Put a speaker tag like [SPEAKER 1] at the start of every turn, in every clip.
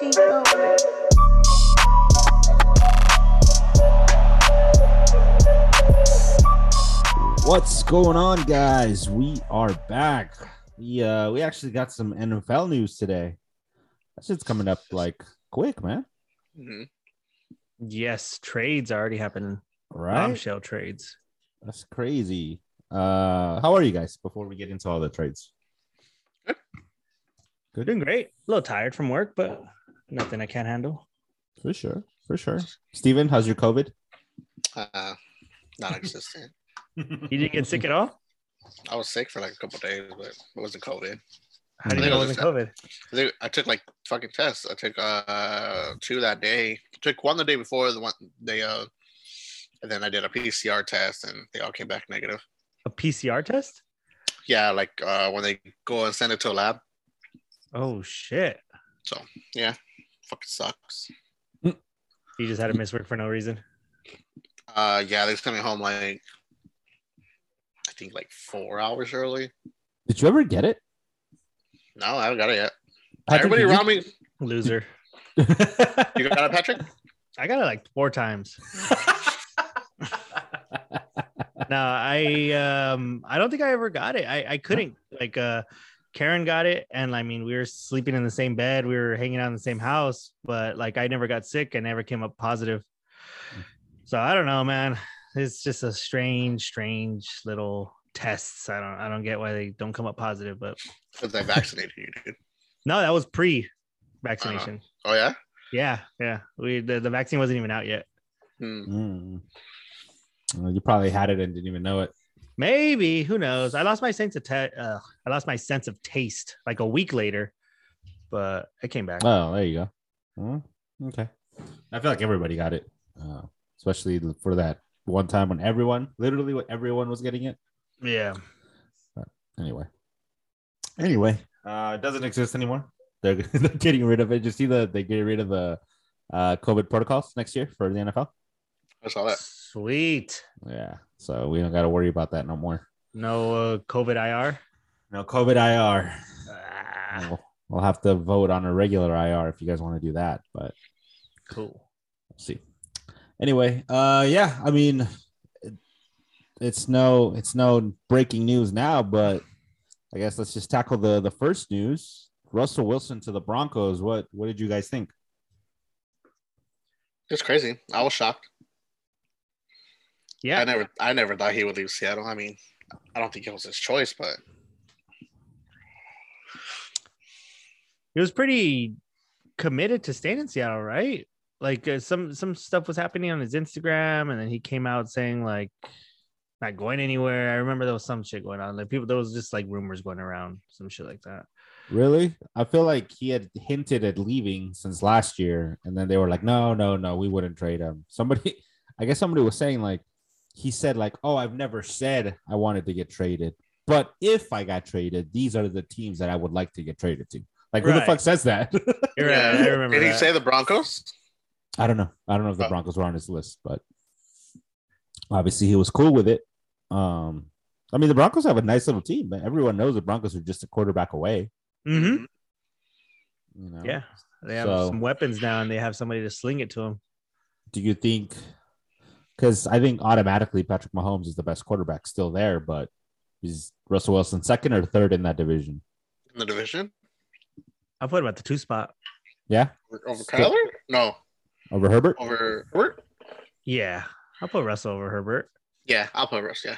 [SPEAKER 1] keep going.
[SPEAKER 2] What's going on, guys? We are back. We uh we actually got some NFL news today. That shit's coming up like quick, man.
[SPEAKER 3] Mhm.
[SPEAKER 4] Yes, trades already happening.
[SPEAKER 2] Right?
[SPEAKER 4] Bombshell trades.
[SPEAKER 2] That's crazy. Uh how are you guys before we get into all the trades?
[SPEAKER 4] We're doing great. A little tired from work, but nothing I can't handle.
[SPEAKER 2] For sure. For sure. Steven, how's your COVID?
[SPEAKER 3] Uh, non-existent.
[SPEAKER 4] You didn't get sick at all?
[SPEAKER 3] I was sick for like a couple days, but it wasn't COVID.
[SPEAKER 4] How do
[SPEAKER 3] I think
[SPEAKER 4] you know it
[SPEAKER 3] I was
[SPEAKER 4] wasn't COVID?
[SPEAKER 3] I think- I took like fucking tests. I took uh two that day. Took one the day before the one they uh, and then I did a PCR test and they all came back negative.
[SPEAKER 4] A PCR test?
[SPEAKER 3] Yeah, like uh when they go and send it to a lab.
[SPEAKER 4] Oh shit.
[SPEAKER 3] Fucking sucks.
[SPEAKER 4] You just had to miss work for no reason.
[SPEAKER 3] Uh, yeah, they sent me home like I think like four hours early.
[SPEAKER 2] Did you ever get it?
[SPEAKER 3] No, I haven't got it yet.
[SPEAKER 2] Patrick,
[SPEAKER 3] Everybody
[SPEAKER 2] did
[SPEAKER 3] around me,
[SPEAKER 4] Loser.
[SPEAKER 2] you-
[SPEAKER 3] you got it, Patrick?
[SPEAKER 4] I got it like four times. no, I um I don't think I ever got it. I, I couldn't like uh Karen got it and I mean we were sleeping in the same bed, we were hanging out in the same house, but like I never got sick, I never came up positive. So I don't know, man. It's just a strange, strange little tests. I don't I don't get why they don't come up positive, but
[SPEAKER 3] Because I vaccinated you, dude.
[SPEAKER 4] no, that was pre vaccination.
[SPEAKER 3] Oh yeah.
[SPEAKER 4] Yeah, yeah. We the, the vaccine wasn't even out yet.
[SPEAKER 3] Hmm.
[SPEAKER 2] Mm. Mm-hmm. Well, you probably had it and didn't even know it.
[SPEAKER 4] Maybe who knows? I lost my sense of ta- uh, I lost my sense of taste like a week later, but I came back.
[SPEAKER 2] Oh, there you go. Huh? okay. I feel like everybody got it, uh, especially for that one time when everyone, literally, when everyone was getting it.
[SPEAKER 4] yeah,
[SPEAKER 2] Anyway. Anyway, uh, it doesn't exist anymore. They're, they're getting rid of it. Did you see the they get rid of the uh, COVID protocols next year for the NFL?
[SPEAKER 3] I saw that.
[SPEAKER 4] sweet.
[SPEAKER 2] Yeah. So we don't got to worry about that no more.
[SPEAKER 4] No uh, COVID IR.
[SPEAKER 2] No COVID IR.
[SPEAKER 4] Ah,
[SPEAKER 2] We'll, we'll have to vote on a regular IR if you guys want to do that, but
[SPEAKER 4] cool.
[SPEAKER 2] we'll see. Anyway, uh, yeah, I mean, it, it's no it's no breaking news now, but I guess let's just tackle the the first news. Russell Wilson to the Broncos. What what did you guys think?
[SPEAKER 3] It's crazy. I was shocked. I
[SPEAKER 4] Yeah,
[SPEAKER 3] never I never thought he would leave Seattle. I mean, I don't think it was his choice, but
[SPEAKER 4] he was pretty committed to staying in Seattle, right? Like uh, some some stuff was happening on his Instagram, and then he came out saying like not going anywhere. I remember there was some shit going on. Like people, there was just like rumors going around, some shit like that.
[SPEAKER 2] Really? I feel like he had hinted at leaving since last year, and then they were like, "No, no, no, we wouldn't trade him." Somebody, I guess somebody was saying like, he said like, "Oh, I've never said I wanted to get traded, but if I got traded, these are the teams that I would like to get traded to." Like, who the
[SPEAKER 4] Right.
[SPEAKER 2] fuck says that?
[SPEAKER 4] You're right. I remember.
[SPEAKER 3] Did he
[SPEAKER 4] that.
[SPEAKER 3] say the Broncos?
[SPEAKER 2] I don't know. I don't know if the
[SPEAKER 3] Oh.
[SPEAKER 2] Broncos were on his list, but obviously he was cool with it. Um, I mean, the Broncos have a nice little team, but everyone knows the Broncos are just a quarterback away.
[SPEAKER 4] hmm
[SPEAKER 2] You know?
[SPEAKER 4] Yeah, they have
[SPEAKER 2] So-
[SPEAKER 4] some weapons now, and they have somebody to sling it to them.
[SPEAKER 2] do you think because I think automatically Patrick Mahomes is the best quarterback still there, but is Russell Wilson second or third in that division?
[SPEAKER 3] In the division?
[SPEAKER 4] I put about the two spot.
[SPEAKER 2] Yeah,
[SPEAKER 3] Over Kyler? No.
[SPEAKER 2] over Herbert.
[SPEAKER 3] Over Herbert?
[SPEAKER 4] Yeah, I put Russell over Herbert.
[SPEAKER 3] Yeah, I'll put Russ. Yeah.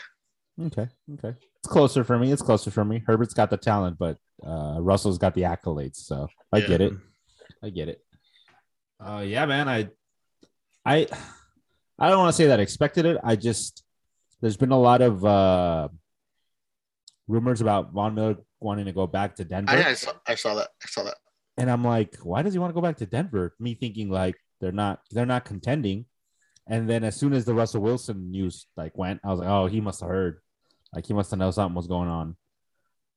[SPEAKER 2] Okay, okay, it's closer for me. It's closer for me. Herbert's got the talent, but uh, Russell's got the accolades, so I
[SPEAKER 3] Yeah.
[SPEAKER 2] get it. I get it. Uh, yeah, man. I, I, I don't want to say that I expected it. I just there's been a lot of uh, rumors about Von Miller wanting to go back to Denver.
[SPEAKER 3] I, I, saw, I saw that. I saw that.
[SPEAKER 2] and I'm like, why does he want to go back to Denver? Me thinking like they're not they're not contending. And then as soon as the Russell Wilson news like went, I was like, oh, he must have heard, like he must have known something was going on.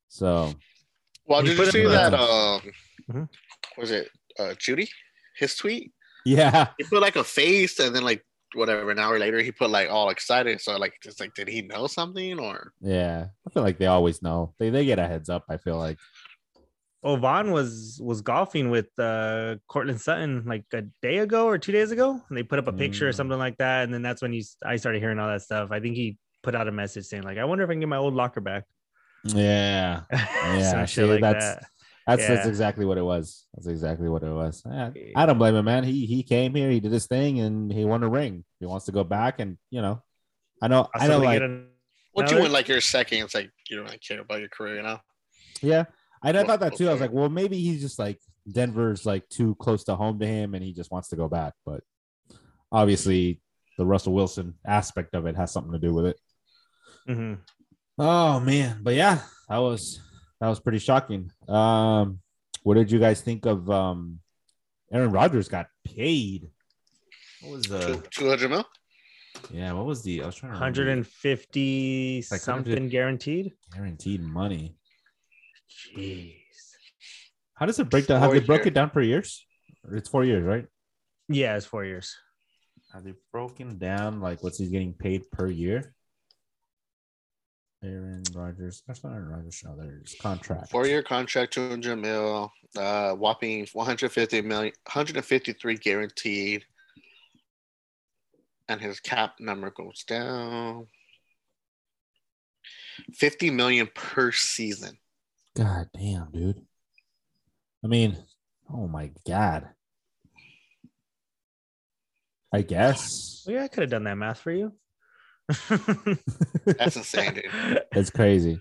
[SPEAKER 2] So
[SPEAKER 3] Well,
[SPEAKER 4] He
[SPEAKER 3] did
[SPEAKER 4] put
[SPEAKER 3] you see
[SPEAKER 4] him
[SPEAKER 2] in the
[SPEAKER 3] that? Um,
[SPEAKER 2] Broncos.
[SPEAKER 4] Mhm.
[SPEAKER 3] was it uh, Judy? His tweet?
[SPEAKER 2] yeah,
[SPEAKER 3] He put like a face and then like whatever, an hour later, he put like all excited. So, like, just like, did he know something or?
[SPEAKER 2] yeah. I feel like they always know. They they get a heads up. I feel like
[SPEAKER 4] oh Vaughn was was golfing with uh Cortland Sutton like a day ago or two days ago, and they put up a picture or
[SPEAKER 2] Mm.
[SPEAKER 4] something like that, and then that's when you I started hearing all that stuff. I think he put out a message saying like, I wonder if I can get my old locker back.
[SPEAKER 2] Yeah,
[SPEAKER 4] Yeah, Some shit
[SPEAKER 2] see,
[SPEAKER 4] like
[SPEAKER 2] that's-
[SPEAKER 4] that.
[SPEAKER 2] that's that's
[SPEAKER 4] Yeah.
[SPEAKER 2] exactly what it was. That's exactly what it was. Yeah, I don't blame him, man. He he came here, he did his thing, and he won a ring. He wants to go back, and you know, I know, I know,
[SPEAKER 4] Possibly
[SPEAKER 2] like
[SPEAKER 4] get an-
[SPEAKER 3] What
[SPEAKER 4] Another-
[SPEAKER 3] you win like your second? It's like you don't really care about your career, you know.
[SPEAKER 2] Yeah. And I
[SPEAKER 3] Well,
[SPEAKER 2] thought that too. I was
[SPEAKER 3] okay.
[SPEAKER 2] like, well, maybe he's just like Denver's like too close to home to him and he just wants to go back. But obviously the Russell Wilson aspect of it has something to do with it.
[SPEAKER 4] Mhm.
[SPEAKER 2] Oh man. But yeah, that was that was pretty shocking. Um, what did you guys think of um Aaron Rodgers got paid? What was the
[SPEAKER 3] Two hundred mil.
[SPEAKER 2] yeah, what was the I was trying to remember
[SPEAKER 4] 150
[SPEAKER 2] like
[SPEAKER 4] something
[SPEAKER 2] 100.
[SPEAKER 4] guaranteed.
[SPEAKER 2] guaranteed money.
[SPEAKER 4] Jeez.
[SPEAKER 2] How does it break down? Have
[SPEAKER 3] Four
[SPEAKER 2] they broke
[SPEAKER 3] years.
[SPEAKER 2] it down per years? It's four years, right?
[SPEAKER 4] Yeah, it's four years.
[SPEAKER 2] Have they broken down like what's he's getting paid per year? Aaron Rodgers. That's not Aaron Rodgers. No, there's contract.
[SPEAKER 3] Four year contract, 200 mil, uh, whopping 150 million, 153 guaranteed. And his cap number goes down 50 million per season.
[SPEAKER 2] God damn, dude. I mean, oh my god. I guess
[SPEAKER 4] Well, yeah, I could have done that math for you.
[SPEAKER 3] That's insane, dude.
[SPEAKER 2] it's crazy.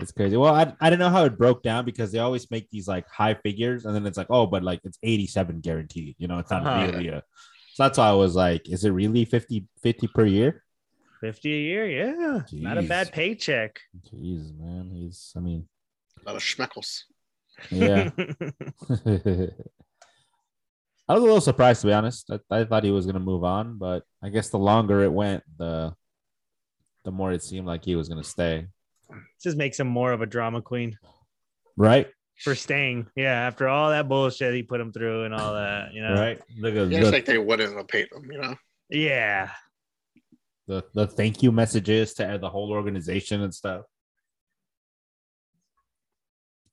[SPEAKER 2] It's crazy. Well, I, I don't know how it broke down because they always make these like high figures and then it's like, oh, but like it's 87 guaranteed. You know, it's not
[SPEAKER 4] Uh-huh.
[SPEAKER 2] really a. So that's why I was like, is it really 50 50 per year?
[SPEAKER 4] 50 a year, yeah. Not a
[SPEAKER 2] Jeez.
[SPEAKER 4] bad paycheck.
[SPEAKER 2] Jeez, man. He's, I mean,
[SPEAKER 3] A lot of schmeckles.
[SPEAKER 2] yeah. I was a little surprised, to be honest. I, I thought he was going to move on, but I guess the longer it went, the the more it seemed like he was going to stay.
[SPEAKER 4] Just makes him more of a drama queen
[SPEAKER 2] Right?
[SPEAKER 4] for staying. Yeah, after all that bullshit he put him through and all that, you know.
[SPEAKER 2] Right? Look at
[SPEAKER 3] Yeah, it's
[SPEAKER 2] the,
[SPEAKER 3] like they wouldn't have paid them, you know?
[SPEAKER 4] Yeah.
[SPEAKER 2] the, the thank you messages to the whole organization and stuff.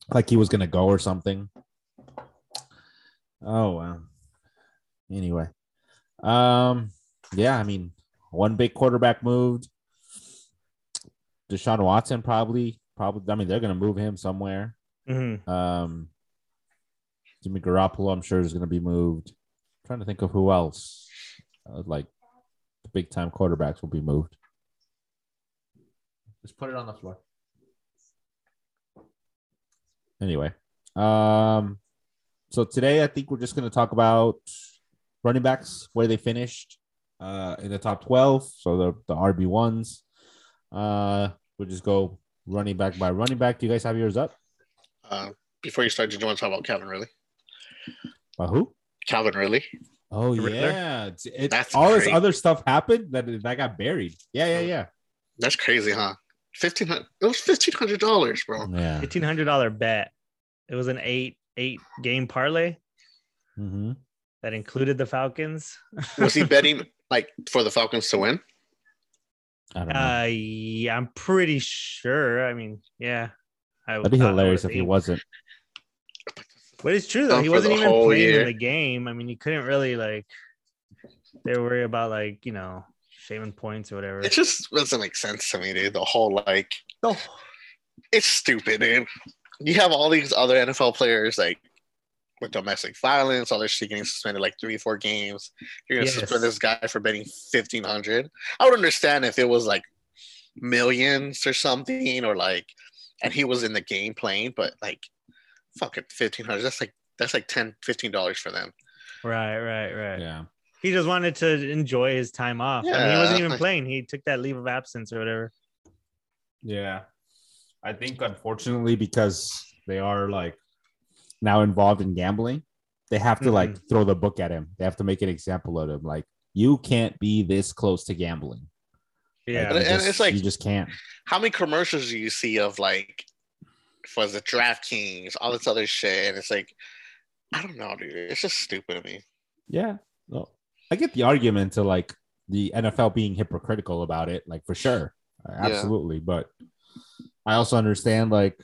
[SPEAKER 2] Like he was going to go or something. Oh, wow. Anyway. Um, yeah, I mean, one big quarterback moved. Deshaun Watson probably, probably. I mean, they're going to move him somewhere.
[SPEAKER 4] Mhm.
[SPEAKER 2] Um, Jimmy Garoppolo, I'm sure, is going to be moved. trying to think of who else, uh, like the big time quarterbacks, will be moved. Just put it on the floor. Anyway, um, so today I think we're just going to talk about running backs, where they finished uh, in the top 12. So the, the RB1s. Uh, we'll just go running back by running back. Do you guys have yours up?
[SPEAKER 3] Uh, before you start, did you want to talk about Calvin Ridley?
[SPEAKER 2] By who?
[SPEAKER 3] Calvin Ridley.
[SPEAKER 2] Oh
[SPEAKER 4] Riddler?
[SPEAKER 2] yeah, It's- it,
[SPEAKER 3] That's
[SPEAKER 2] all this
[SPEAKER 3] great.
[SPEAKER 2] other stuff happened that that got buried. Yeah, yeah,
[SPEAKER 3] That's crazy, huh? 1500 It was $1,500, bro.
[SPEAKER 2] yeah, yeah.
[SPEAKER 4] $1,500 bet. It was an eight, eight game parlay
[SPEAKER 2] Mm-hmm.
[SPEAKER 4] that included the Falcons.
[SPEAKER 3] Was he betting like for the Falcons to win?
[SPEAKER 2] I don't know.
[SPEAKER 4] Uh, yeah, I'm pretty sure. I mean, yeah, I
[SPEAKER 2] That'd be
[SPEAKER 4] I would
[SPEAKER 2] hilarious if he
[SPEAKER 4] think.
[SPEAKER 2] wasn't.
[SPEAKER 4] But it's true though;
[SPEAKER 3] Gone
[SPEAKER 4] he
[SPEAKER 3] for
[SPEAKER 4] wasn't
[SPEAKER 3] the
[SPEAKER 4] even
[SPEAKER 3] whole
[SPEAKER 4] playing
[SPEAKER 3] year.
[SPEAKER 4] in the game. I mean, you couldn't really like. They were worried about like you know shaving points or whatever.
[SPEAKER 3] It just doesn't make sense to me, dude. The whole like
[SPEAKER 4] No.
[SPEAKER 3] it's stupid, dude. You have all these other NFL players like with domestic violence, all this shit getting suspended like three, four games. You're gonna
[SPEAKER 4] Yes.
[SPEAKER 3] suspend this guy for betting fifteen hundred. I would understand if it was like millions or something, or like, and he was in the game playing, but like, fucking fifteen hundred. That's like that's like 10 dollars for them.
[SPEAKER 4] Right, right, right.
[SPEAKER 2] Yeah,
[SPEAKER 4] He just wanted to enjoy his time off. I mean, he
[SPEAKER 3] Yeah.
[SPEAKER 4] wasn't even playing. He took that leave of absence or whatever.
[SPEAKER 2] yeah. I think unfortunately because they are like now involved in gambling, they have to like throw the book at him. They have to make an example of him. Like you can't be this close to gambling.
[SPEAKER 4] Yeah,
[SPEAKER 2] you
[SPEAKER 3] And- and
[SPEAKER 2] just-
[SPEAKER 3] it's like-
[SPEAKER 2] you just can't.
[SPEAKER 3] How many commercials do you see of like for the DraftKings, all this other shit? And it's like, I don't know, dude. It's just stupid to me.
[SPEAKER 2] Yeah. Well, I get the argument to like the NFL being hypocritical about it, like for sure. Uh,
[SPEAKER 3] Yeah.
[SPEAKER 2] Absolutely. But I also understand like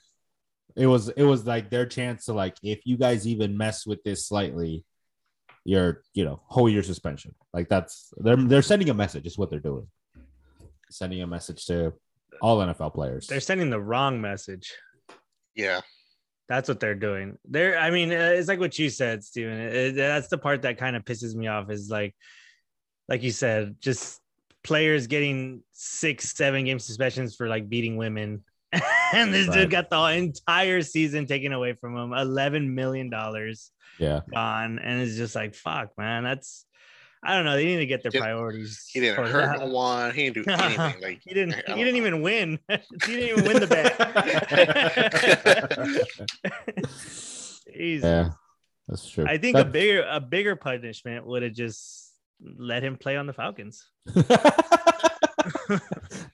[SPEAKER 2] It was it was like their chance to like if you guys even mess with this slightly, you're you know hold your suspension. Like that's they're they're sending a message. Is what they're doing. Sending a message to all NFL players.
[SPEAKER 4] They're sending the wrong message.
[SPEAKER 3] Yeah.
[SPEAKER 4] That's what they're doing. They're, I mean, uh, it's like what you said, Steven. It- it- that's the part that kind of pisses me off is like, like you said, just players getting six, seven game suspensions for like beating women. and this
[SPEAKER 2] Right.
[SPEAKER 4] dude got the entire season taken away from him $11 million gone.
[SPEAKER 2] yeah,
[SPEAKER 4] And it's just like, fuck, man. That's, I don't know. They need to get their
[SPEAKER 3] Didn't-
[SPEAKER 4] priorities.
[SPEAKER 3] He didn't
[SPEAKER 4] sorted
[SPEAKER 3] hurt
[SPEAKER 4] out.
[SPEAKER 3] no one. He didn't do anything. Like
[SPEAKER 4] He didn't.
[SPEAKER 3] I
[SPEAKER 4] He
[SPEAKER 3] don't
[SPEAKER 4] didn't
[SPEAKER 3] know.
[SPEAKER 4] even win. he didn't even win the bet. Jeez.
[SPEAKER 2] yeah, that's true.
[SPEAKER 4] I think a
[SPEAKER 2] That-
[SPEAKER 4] bigger a bigger punishment would have just let him play on the Falcons.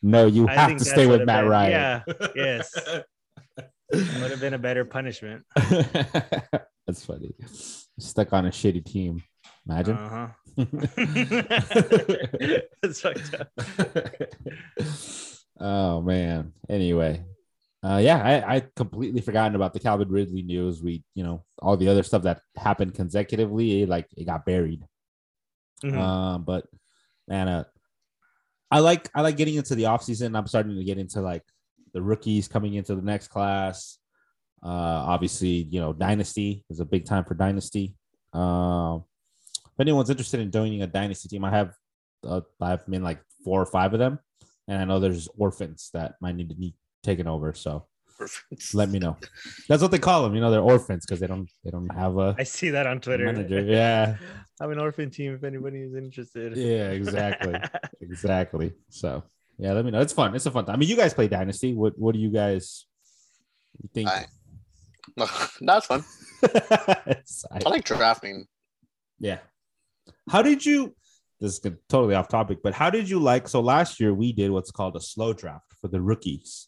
[SPEAKER 2] no, you
[SPEAKER 4] I
[SPEAKER 2] have
[SPEAKER 4] think
[SPEAKER 2] to
[SPEAKER 4] that
[SPEAKER 2] stay with
[SPEAKER 4] would've
[SPEAKER 2] Matt
[SPEAKER 4] been-
[SPEAKER 2] Ryan.
[SPEAKER 4] Yeah, yes, would have been a better punishment.
[SPEAKER 2] That's funny. Stuck on a shitty team. Imagine.
[SPEAKER 4] Uh huh. That's fucked
[SPEAKER 2] Uh,
[SPEAKER 4] up.
[SPEAKER 2] oh man. Anyway. Uh, yeah, I, I completely forgotten about the Calvin Ridley news. We, you know, all the other stuff that happened consecutively, like it got buried.
[SPEAKER 4] Mhm.
[SPEAKER 2] Um, but man, uh, I like I like getting into the off season. I'm starting to get into like the rookies coming into the next class. Uh, obviously, you know, dynasty is a big time for dynasty. Um, if anyone's interested in joining a dynasty team, I have uh, I've been like four or five of them, and I know there's orphans that might need to be taken over. So let me know. That's what they call them. You know, they're orphans because they don't they don't have a
[SPEAKER 4] I see that on Twitter.
[SPEAKER 2] manager. Yeah,
[SPEAKER 4] I'm an orphan team. If anybody is interested.
[SPEAKER 2] yeah, exactly. exactly. So yeah, let me know. It's fun. It's a fun time. I mean, you guys play Dynasty. What What do you guys think?
[SPEAKER 3] I- That's fun.
[SPEAKER 2] It's- I-
[SPEAKER 3] I like drafting.
[SPEAKER 2] yeah. How did you? This is gonna- totally off topic, but how did you like? So last year we did what's called a slow draft for the rookies.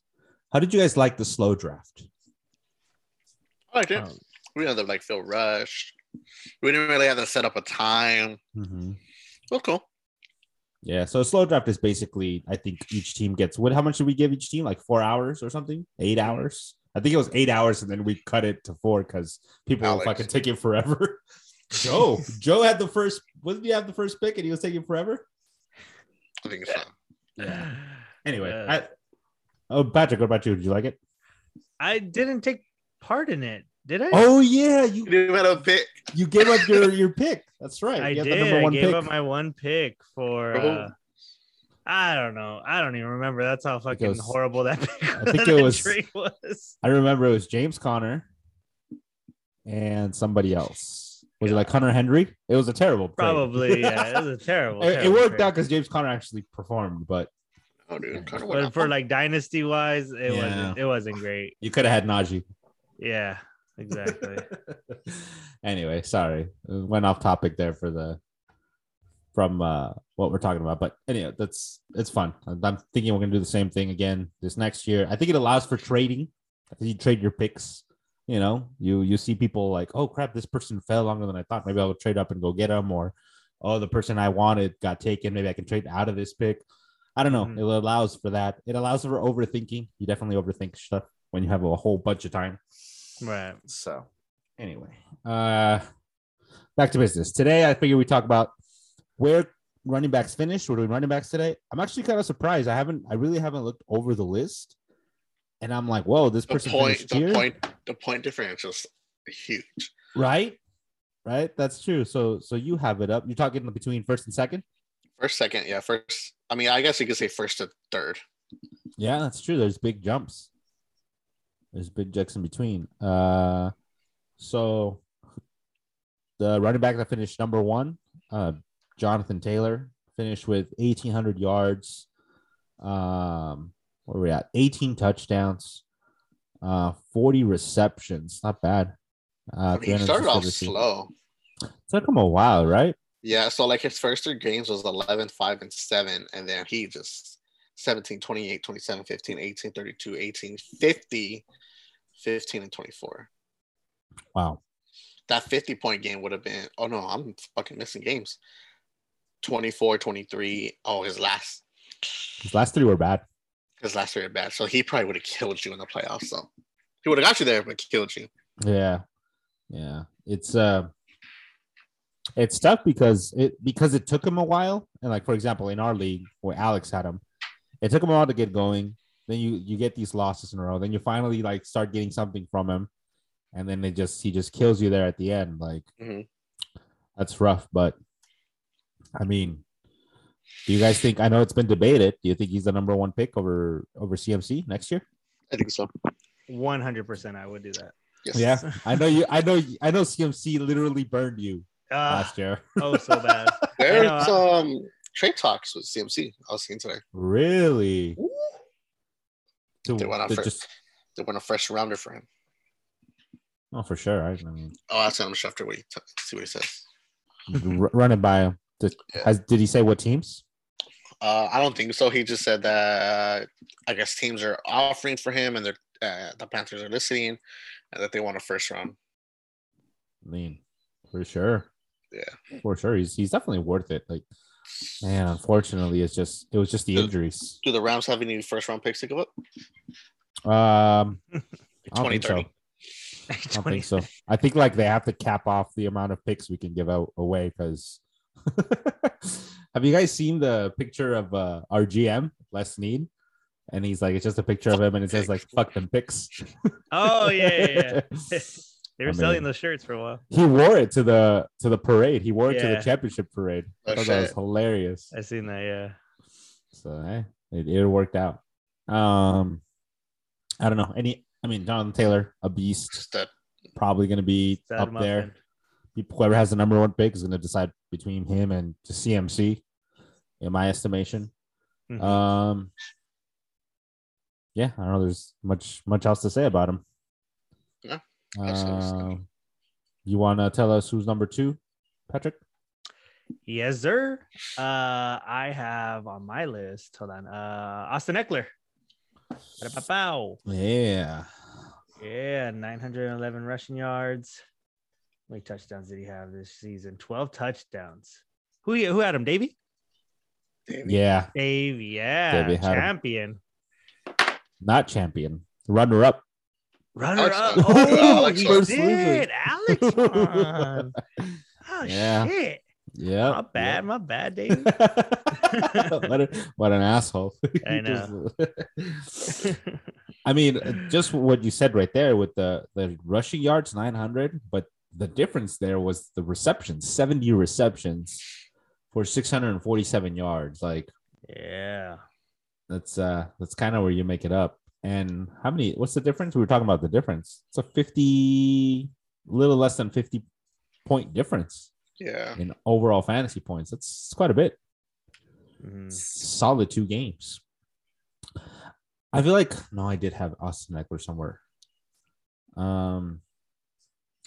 [SPEAKER 2] How did you guys like the slow draft?
[SPEAKER 3] Oh, I liked it.
[SPEAKER 4] Um,
[SPEAKER 3] we didn't have to like feel rushed. We didn't really have to set up a time. Well, cool.
[SPEAKER 2] Yeah, so a slow draft is basically, I think each team gets what? How much did we give each team? Like four hours or something? Eight hours? I think it was eight hours, and then we cut it to four because people
[SPEAKER 3] Alex.
[SPEAKER 2] were fucking taking forever. Joe, Joe had the first. Wasn't he have the first pick, and he was taking forever?
[SPEAKER 3] I think it's fun.
[SPEAKER 2] Anyway,
[SPEAKER 4] Yeah.
[SPEAKER 2] I, oh Patrick, what about you? Did you like it?
[SPEAKER 4] I didn't take part in it. Did I?
[SPEAKER 2] Oh yeah, you
[SPEAKER 3] We didn't have a pick.
[SPEAKER 2] you gave up your your pick. That's right.
[SPEAKER 4] I
[SPEAKER 2] you had
[SPEAKER 4] did. I gave up my one pick for.
[SPEAKER 3] For who?
[SPEAKER 4] Uh, I don't know. I don't even remember. That's how fucking
[SPEAKER 2] was-
[SPEAKER 4] horrible that pick
[SPEAKER 2] I think
[SPEAKER 4] that
[SPEAKER 2] it was-
[SPEAKER 4] trade was.
[SPEAKER 2] I remember it was James Conner and somebody else. Was it like Connor Henry? It was a terrible trade.
[SPEAKER 4] Probably. Yeah, it was a terrible.
[SPEAKER 2] it, it
[SPEAKER 4] terrible
[SPEAKER 2] worked
[SPEAKER 4] trade.
[SPEAKER 2] out because James Conner actually performed, but
[SPEAKER 3] Oh, dude. Kind of
[SPEAKER 4] But for like dynasty wise, it
[SPEAKER 2] Yeah.
[SPEAKER 4] wasn't. It wasn't great.
[SPEAKER 2] you could have had Najee.
[SPEAKER 4] Yeah, exactly.
[SPEAKER 2] anyway, sorry, went off topic there for the from uh, what we're talking about, but anyway, that's it's fun. I'm I'm thinking we're gonna do the same thing again this next year. I think it allows for trading. You trade your picks. You know, you you see people like, oh crap, this person fell longer than I thought. Maybe I'll trade up and go get him, or oh, the person I wanted got taken. Maybe I can trade out of this pick. I don't know.
[SPEAKER 4] Mhm.
[SPEAKER 2] It allows for that. It allows for overthinking. You definitely overthink stuff when you have a whole bunch of time.
[SPEAKER 4] right.
[SPEAKER 2] So anyway, uh back to business. Today I figure we talk about where running backs finish. We're doing running backs today. I'm actually kind of surprised. I haven't I really haven't looked over the list. And I'm like, whoa, this
[SPEAKER 3] the
[SPEAKER 2] person
[SPEAKER 3] point,
[SPEAKER 2] finished
[SPEAKER 3] the
[SPEAKER 2] here.
[SPEAKER 3] point, the point differential is huge.
[SPEAKER 2] Right? Right? That's true. So so you have it up. You're talking between first and second?
[SPEAKER 3] First, second, yeah, first. I mean, I guess you could say first to third.
[SPEAKER 2] Yeah, that's true. There's big jumps. There's big jumps in between. Uh, so the running back that finished number one, uh, Jonathan Taylor, finished with 1,800 yards. Um, where we at? 18 touchdowns, uh, 40 receptions. Not bad. Uh,
[SPEAKER 3] I mean, he started off
[SPEAKER 2] 360.
[SPEAKER 3] slow.
[SPEAKER 2] Took him a while, right?
[SPEAKER 3] Yeah, so like his first three games was 11, 5, and 7. And then he just 17, 28, 27, 15, 18, 32, 18, 50, 15, and 24.
[SPEAKER 2] Wow.
[SPEAKER 3] That 50 point game would have been, oh no, I'm fucking missing games. 24, 23. Oh, his last,
[SPEAKER 2] His last three were bad.
[SPEAKER 3] his last three at bat. So he probably would have killed you in the playoffs, though. He He would have got you there, but killed you.
[SPEAKER 2] Yeah. Yeah. It's uh it's tough because it because it took him a while. And like for example, in our league where Alex had him, it took him a while to get going. Then you you get these losses in a row. Then you finally like start getting something from him. And then it just he just kills you there at the end. Like
[SPEAKER 3] Mhm.
[SPEAKER 2] that's rough, but I mean, do you guys think I know it's been debated. Do you think he's the number one pick over over CMC next year?
[SPEAKER 3] I think so.
[SPEAKER 4] One hundred percent, I would do that.
[SPEAKER 3] Yes.
[SPEAKER 2] Yeah. I know you I know I know CMC literally burned you
[SPEAKER 4] Uh,
[SPEAKER 2] last year.
[SPEAKER 4] oh, so bad.
[SPEAKER 3] There's
[SPEAKER 4] I know, I-
[SPEAKER 3] um trade talks with CMC. I was seeing today.
[SPEAKER 2] Really? To,
[SPEAKER 3] They went out
[SPEAKER 2] to
[SPEAKER 3] for-
[SPEAKER 2] just,
[SPEAKER 3] They went a fresh rounder for him.
[SPEAKER 2] oh, for sure. I, I mean,
[SPEAKER 3] Oh, I'll send him after what he t- see what he says.
[SPEAKER 2] r- run it by him. Did,
[SPEAKER 3] Yeah.
[SPEAKER 2] has, did he say what teams?
[SPEAKER 3] Uh, I don't think so. He just said that uh, I guess teams are offering for him, and they're, uh, the Panthers are listening, and that they want a first round.
[SPEAKER 2] I mean, for sure.
[SPEAKER 3] Yeah.
[SPEAKER 2] For sure. He's, he's definitely worth it. Like, man, unfortunately, it's just, it was just the
[SPEAKER 3] Yeah.
[SPEAKER 2] injuries.
[SPEAKER 3] Do the Rams have any first round picks to give up?
[SPEAKER 2] Um, I don't
[SPEAKER 3] Twenty
[SPEAKER 2] think
[SPEAKER 3] thirty.
[SPEAKER 2] so. I don't think so. I think like they have to cap off the amount of picks we can give out away because. have you guys seen the picture of uh, our GM Les Need? And he's like, it's just a picture of him, and it says like, "Fuck them picks."
[SPEAKER 4] Oh yeah, yeah, yeah. They were
[SPEAKER 2] I
[SPEAKER 4] selling
[SPEAKER 2] mean-
[SPEAKER 4] those shirts for a while.
[SPEAKER 2] he wore it to the to the parade. He wore it to
[SPEAKER 4] Yeah.
[SPEAKER 2] the championship parade. I
[SPEAKER 3] Oh,
[SPEAKER 2] thought that was
[SPEAKER 3] shit.
[SPEAKER 2] hilarious.
[SPEAKER 4] I seen that. Yeah.
[SPEAKER 2] So hey, it, it worked out. Um, I don't know any. I mean, Jonathan Taylor, a beast,
[SPEAKER 3] Just that.
[SPEAKER 2] probably going to be
[SPEAKER 4] Sad
[SPEAKER 2] up there.
[SPEAKER 4] muffin.
[SPEAKER 2] people- whoever has the number one pick is going to decide between him and the CMC, in my estimation.
[SPEAKER 4] Mhm.
[SPEAKER 2] Um, yeah, I don't know. There's much much else to say about him.
[SPEAKER 3] Yeah, absolutely.
[SPEAKER 2] Um, you want to tell us who's number two, Patrick?
[SPEAKER 4] Yes, sir. Uh, I have on my list. Hold on. Uh, Austin Eckler. Ba-da-ba-bow.
[SPEAKER 2] Yeah,
[SPEAKER 4] Yeah, 911 rushing yards. How many touchdowns did he have this season? 12 touchdowns. Who you- who had him? Davey?
[SPEAKER 2] yeah,
[SPEAKER 4] Dave, yeah,
[SPEAKER 2] Davey had him.
[SPEAKER 4] champion.
[SPEAKER 2] not champion, runner up.
[SPEAKER 4] Runner up.
[SPEAKER 3] Alex won.
[SPEAKER 4] Oh,
[SPEAKER 3] Alex
[SPEAKER 4] he
[SPEAKER 2] won.
[SPEAKER 4] did. Alex won. Oh
[SPEAKER 2] Yeah. Uh,
[SPEAKER 4] shit.
[SPEAKER 2] Yeah,
[SPEAKER 4] My bad, my bad, Davey.
[SPEAKER 2] what, a- what an asshole.
[SPEAKER 4] I
[SPEAKER 2] know. I mean, uh, just what you said right there with the, the rushing yards, 900, but the difference there was the receptions, 70 receptions for 647 yards. Like
[SPEAKER 4] yeah.
[SPEAKER 2] that's uh that's kind of where you make it up. And how many what's the difference? We were talking about the difference. It's a 50 little less than 50 point difference
[SPEAKER 3] Yeah.
[SPEAKER 2] in overall fantasy points. That's, that's quite a bit Mm.
[SPEAKER 4] Mhm.
[SPEAKER 2] solid two games. I feel like no, I did have Austin Eckler somewhere. Um,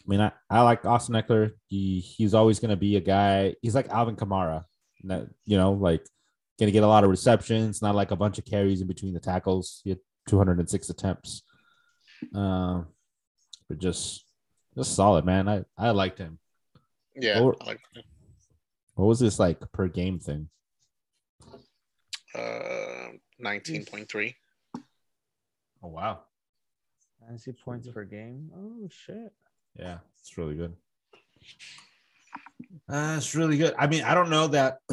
[SPEAKER 2] I mean, I, I like Austin Eckler. He he's always going to be a guy. He's like Alvin Kamara, That- you know, like going to get a lot of receptions, not like a bunch of carries in between the tackles. He had 206 attempts, um, but just just solid, man. I I liked him.
[SPEAKER 3] Yeah.
[SPEAKER 2] Or-
[SPEAKER 3] I like that.
[SPEAKER 2] What was this like per game thing?
[SPEAKER 3] Uh, nineteen point three.
[SPEAKER 2] Oh wow,
[SPEAKER 4] Fantasy points per game. Oh shit.
[SPEAKER 2] Yeah, it's really good. Uh, it's really good. I mean, I don't know that.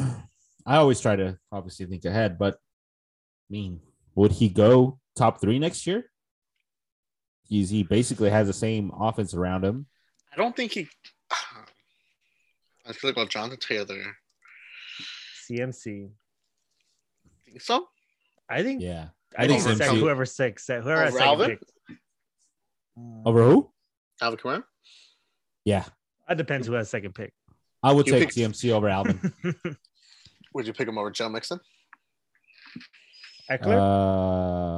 [SPEAKER 2] I always try to obviously think ahead, but I mean, would he go top three next year? He's he basically has the same offense around him.
[SPEAKER 3] I don't think he. I feel like about Jonathan Taylor.
[SPEAKER 4] CMC.
[SPEAKER 3] Think so?
[SPEAKER 4] I think
[SPEAKER 2] Yeah,
[SPEAKER 4] I think
[SPEAKER 3] Over
[SPEAKER 4] sec-
[SPEAKER 3] Calvin?
[SPEAKER 4] whoever six, sec- whoever
[SPEAKER 3] Over
[SPEAKER 4] has second
[SPEAKER 3] Alvin?
[SPEAKER 4] pick. Uh,
[SPEAKER 2] over who?
[SPEAKER 3] Alvin Kamara.
[SPEAKER 2] Yeah,
[SPEAKER 4] That depends who has second pick.
[SPEAKER 2] I would
[SPEAKER 3] You
[SPEAKER 2] take
[SPEAKER 3] picked-
[SPEAKER 2] CMC over Alvin.
[SPEAKER 3] Would you pick him over Joe Mixon?
[SPEAKER 4] Eckler.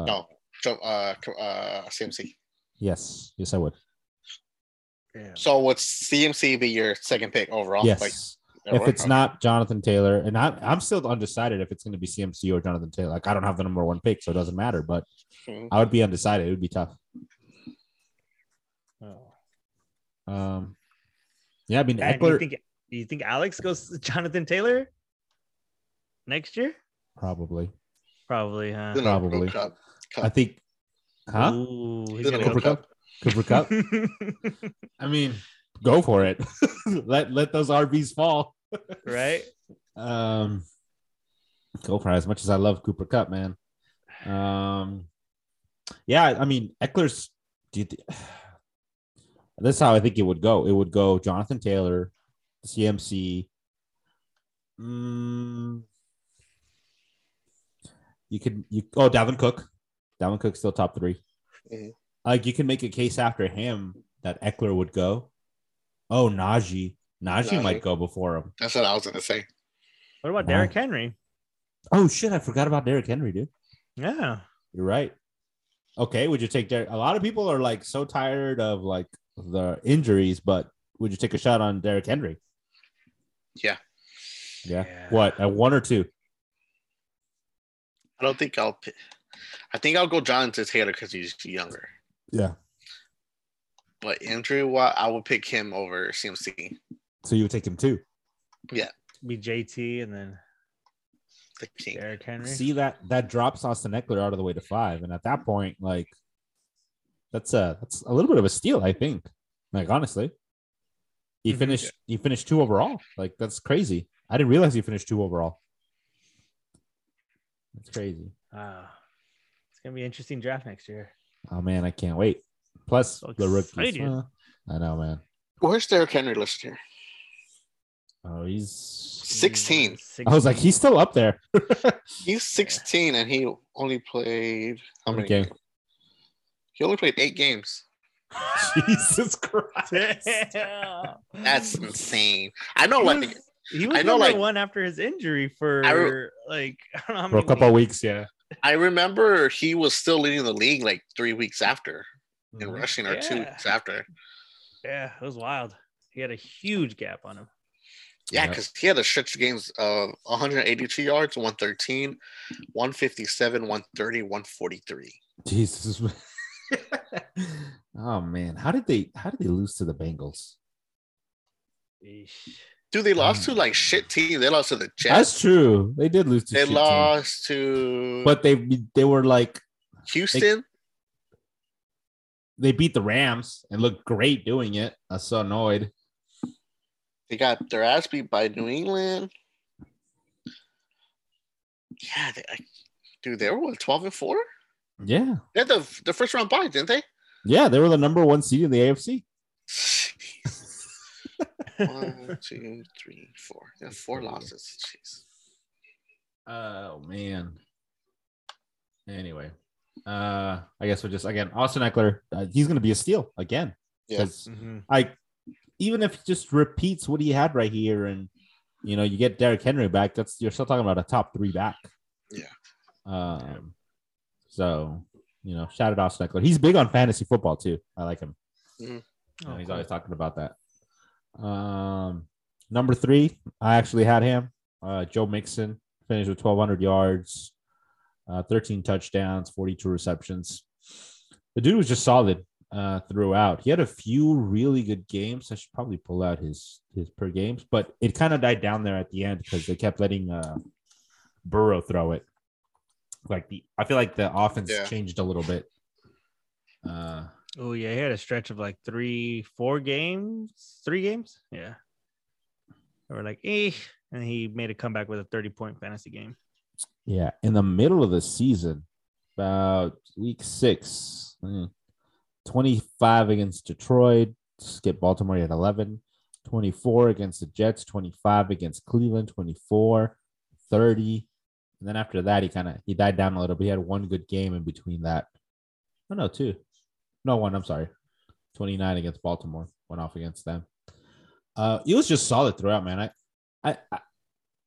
[SPEAKER 2] uh,
[SPEAKER 3] No. Joe. Uh, Ka- uh, CMC.
[SPEAKER 2] yes, yes, I would.
[SPEAKER 4] yeah.
[SPEAKER 3] So would CMC be your second pick overall?
[SPEAKER 2] Yes,
[SPEAKER 3] Like,
[SPEAKER 2] if
[SPEAKER 3] overall?
[SPEAKER 2] it's not Jonathan Taylor, and I, I'm still undecided if it's going to be CMC or Jonathan Taylor. Like, I don't have the number one pick, so it doesn't matter. But
[SPEAKER 3] Mhm.
[SPEAKER 2] I would be undecided. It would be tough.
[SPEAKER 4] Oh.
[SPEAKER 2] Um, yeah, I mean,
[SPEAKER 4] Man,
[SPEAKER 2] Eckler
[SPEAKER 4] you think you think Alex goes to Jonathan Taylor next year?
[SPEAKER 2] probably.
[SPEAKER 4] Probably, huh?
[SPEAKER 3] Then I'll go
[SPEAKER 2] Probably.
[SPEAKER 3] Cup.
[SPEAKER 2] I think, huh?
[SPEAKER 4] Ooh, he's
[SPEAKER 3] Then
[SPEAKER 4] gonna
[SPEAKER 3] I'll
[SPEAKER 2] Cooper
[SPEAKER 4] go
[SPEAKER 3] go
[SPEAKER 2] Cup?
[SPEAKER 3] Cup.
[SPEAKER 2] Cooper Cup. I mean, go for it. let let those RBs fall.
[SPEAKER 4] right?
[SPEAKER 2] Um, go for it. As much as I love Cooper Cup, man. Um, yeah, I mean Eckler's. Do you thi- this is how I think it would go. It would go Jonathan Taylor, CMC. Mm, you could you oh Dalvin Cook, Dalvin Cook still top 3
[SPEAKER 3] Mhm.
[SPEAKER 2] Like you can make a case after him that Eckler would go. Oh Najee, Najee, might
[SPEAKER 3] Najee.
[SPEAKER 2] go before him.
[SPEAKER 3] That's what I was gonna say.
[SPEAKER 4] What about
[SPEAKER 2] Wow.
[SPEAKER 4] Derrick Henry?
[SPEAKER 2] Oh shit, I forgot about Derrick Henry, dude.
[SPEAKER 4] Yeah.
[SPEAKER 2] You're right. Okay, would you take Derrick? A lot of people are like so tired of like the injuries, but would you take a shot on Derrick Henry?
[SPEAKER 3] Yeah.
[SPEAKER 2] Yeah.
[SPEAKER 4] Yeah.
[SPEAKER 2] What? At one or two?
[SPEAKER 3] I don't think I'll. Pick, I think I'll go Jonathan Taylor because he's younger.
[SPEAKER 2] Yeah.
[SPEAKER 3] But injury wise, I would pick him over CMC.
[SPEAKER 2] So you would take him two.
[SPEAKER 4] Be JT and then
[SPEAKER 3] The king.
[SPEAKER 4] Derrick Henry.
[SPEAKER 2] See that that drops Austin Eckler out of the way to five, and at that point, like that's a that's a little bit of a steal, I think. Like honestly, he
[SPEAKER 4] Mhm.
[SPEAKER 2] finished he finished two overall. Like that's crazy. I didn't realize he finished two overall. That's crazy.
[SPEAKER 4] Wow. Ah. It's gonna be an interesting draft next year.
[SPEAKER 2] Oh man, I can't wait. Plus
[SPEAKER 4] So
[SPEAKER 2] the rookies.
[SPEAKER 4] excited.
[SPEAKER 2] huh? I know, man.
[SPEAKER 3] Where's Derrick Henry listed here?
[SPEAKER 2] Oh, he's.
[SPEAKER 3] 16.
[SPEAKER 2] I was like, he's still up there.
[SPEAKER 3] He's 16 and he only played how many?
[SPEAKER 2] Okay.
[SPEAKER 3] games? He only played eight games.
[SPEAKER 2] Jesus Christ!
[SPEAKER 4] Damn.
[SPEAKER 3] That's insane. I know,
[SPEAKER 4] He
[SPEAKER 3] like
[SPEAKER 4] was- He was
[SPEAKER 3] I know,
[SPEAKER 4] number
[SPEAKER 3] like-
[SPEAKER 4] one after his injury for
[SPEAKER 3] I re-
[SPEAKER 4] like I don't know how
[SPEAKER 2] For a
[SPEAKER 4] many
[SPEAKER 2] couple of weeks,
[SPEAKER 4] weeks.
[SPEAKER 2] yeah.
[SPEAKER 3] I remember he was still leading the league like three weeks after in
[SPEAKER 2] Mm-hmm.
[SPEAKER 3] rushing or two
[SPEAKER 4] Yeah.
[SPEAKER 3] weeks after.
[SPEAKER 4] Yeah, it was wild. He had a huge gap on him.
[SPEAKER 3] Yeah,
[SPEAKER 2] Yeah.
[SPEAKER 3] because he had a stretch of games of 182 yards, 113, 157, 130, 143.
[SPEAKER 2] Jesus. oh man, how did they? How did they lose to the Bengals?
[SPEAKER 4] Eesh.
[SPEAKER 3] Dude, they lost to like shit team. They lost to the Jets.
[SPEAKER 2] That's true. They did lose to.
[SPEAKER 3] They
[SPEAKER 2] shit team.
[SPEAKER 3] lost to
[SPEAKER 2] but they they were like
[SPEAKER 3] Houston.
[SPEAKER 2] they beat the Rams and looked great doing it. I was so annoyed.
[SPEAKER 3] They got their ass beat by New England. Yeah, they, I- dude, they were what, 12 and 4?
[SPEAKER 2] Yeah,
[SPEAKER 3] They had the, the first round bye, didn't they?
[SPEAKER 2] yeah, they were the number one seed in the AFC.
[SPEAKER 3] One, two, three, four. Yeah, four losses. Jeez.
[SPEAKER 2] Oh man. Anyway, uh, I guess we're just again Austin Eckler. Uh, he's going to be a steal again
[SPEAKER 3] Yeah. Mm.
[SPEAKER 2] because
[SPEAKER 3] Mm-hmm.
[SPEAKER 4] Mhm.
[SPEAKER 2] like even if he just repeats what he had right here, and you know you get Derrick Henry back, that's you're still talking about a top three back.
[SPEAKER 3] Yeah.
[SPEAKER 2] Um. So you know, shout out Austin Eckler. He's big on fantasy football too. I like him. You know,
[SPEAKER 4] Oh,
[SPEAKER 2] he's
[SPEAKER 4] cool.
[SPEAKER 2] always talking about that. Um, number three, I actually had him. Uh, Joe Mixon finished with 1,200 yards, uh, 13 touchdowns, 42 receptions. The dude was just solid uh, throughout. He had a few really good games. I should probably pull out his his per games, but it kind of died down there at the end because they kept letting uh, Burrow throw it. Like the, I feel like the offense
[SPEAKER 3] Yeah.
[SPEAKER 2] changed a little bit. Uh,
[SPEAKER 4] Oh yeah, he had a stretch of like three, four games, three games. Yeah, they were like, eh, and he made a comeback with a thirty-point fantasy game.
[SPEAKER 2] Yeah, in the middle of the season, about week six, mm, 25 against Detroit, skip Baltimore at 11, 24 against the Jets, 25 against Cleveland, 24, 30. And then after that, he kind of he died down a little, but he had one good game in between that. Oh no, two. No one, I'm sorry. 29 against Baltimore, went off against them. Uh it was just solid throughout, man. I I I-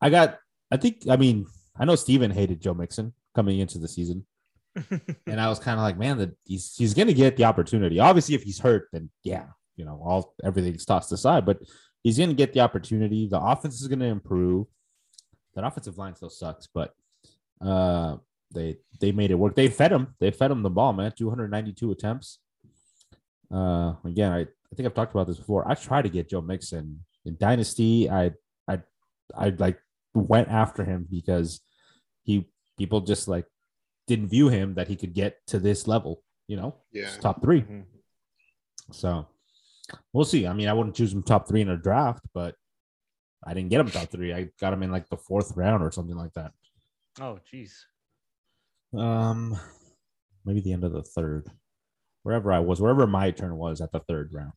[SPEAKER 2] I got I think I mean I know Steven hated Joe Mixon coming into the season.
[SPEAKER 3] Mm-hmm.
[SPEAKER 2] And I was kind of like, man, that he's he's gonna get the opportunity. Obviously, if he's hurt, then yeah, you know, all everything's tossed aside, but he's gonna get the opportunity. The offense is gonna improve. That offensive line still sucks, but uh they they made it work. They fed him, they fed him the ball, man. 292 attempts. Uh again, I, I think I've talked about this before. I tried to get Joe Mixon in Dynasty. I I I like went after him because he people just like didn't view him that he could get to this level, you know,
[SPEAKER 3] Yeah.
[SPEAKER 2] It's top three.
[SPEAKER 4] Mhm.
[SPEAKER 2] So we'll see. I mean, I wouldn't choose him top three in a draft, but I didn't get him top three. I got him in like the fourth round or something like that.
[SPEAKER 4] Oh, jeez.
[SPEAKER 2] Um, maybe the end of the third, wherever I was, wherever my turn was at the third round.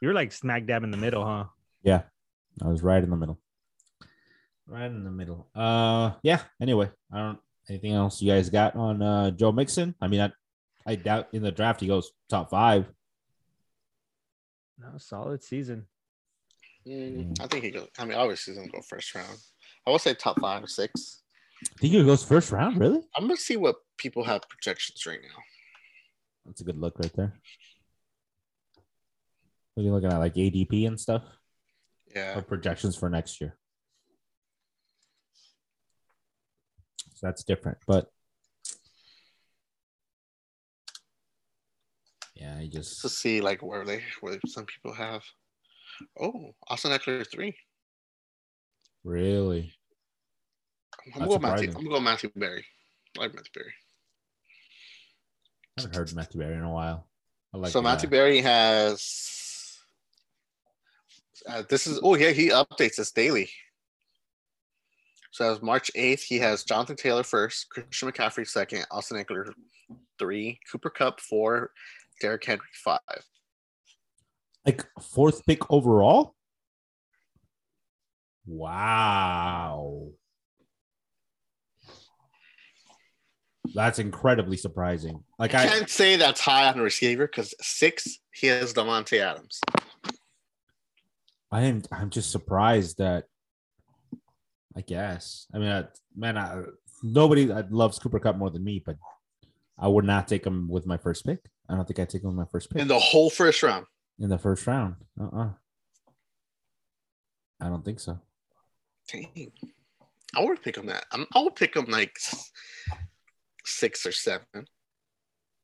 [SPEAKER 4] You were like smack dab in the middle, huh?
[SPEAKER 2] Yeah, I was right in the middle. Right in the middle. Uh, yeah. Anyway, I don't. Anything else you guys got on uh Joe Mixon? I mean, I, I doubt in the draft he goes top five.
[SPEAKER 4] No, solid season.
[SPEAKER 3] Mm, I think he goes. I mean, obviously he's gonna go first round. I would say top five, six.
[SPEAKER 2] Think he goes first round? Really?
[SPEAKER 3] I'm gonna see what people have projections right now.
[SPEAKER 2] That's a good look right there. What are you looking at? Like ADP and stuff?
[SPEAKER 3] Yeah.
[SPEAKER 2] Or projections for next year? So that's different, but yeah, I
[SPEAKER 3] Just
[SPEAKER 2] just
[SPEAKER 3] to see like where they where some people have. Oh, Austin Eckler three.
[SPEAKER 2] really
[SPEAKER 3] I'm
[SPEAKER 2] That's
[SPEAKER 3] going Matthew.
[SPEAKER 2] surprising.
[SPEAKER 3] I'm going Matthew Berry. I like Matthew Berry.
[SPEAKER 2] haven't heard Matthew Berry in a while. I like
[SPEAKER 3] so
[SPEAKER 2] the uh,
[SPEAKER 3] Matthew
[SPEAKER 2] guy.
[SPEAKER 3] Berry has. Uh, this is oh yeah he updates us daily. So as March eighth, he has Jonathan Taylor first, Christian McCaffrey second, Austin Eckler three, Cooper Cup four, Derrick Henry five.
[SPEAKER 2] like fourth pick overall. Wow. That's incredibly surprising. Like
[SPEAKER 3] I
[SPEAKER 2] I,
[SPEAKER 3] can't say that's high on a receiver because six he has Demonte Adams.
[SPEAKER 2] I am I'm just surprised that I guess. I mean, I, man, I, nobody that loves Cooper Cup more than me, but I would not take him with my first pick. I don't think I take him with my first pick
[SPEAKER 3] in the whole first round.
[SPEAKER 2] in the first round. Uh-uh. I don't think so.
[SPEAKER 3] Dang. I would pick him that. I'm, I would pick him like s- six or seven.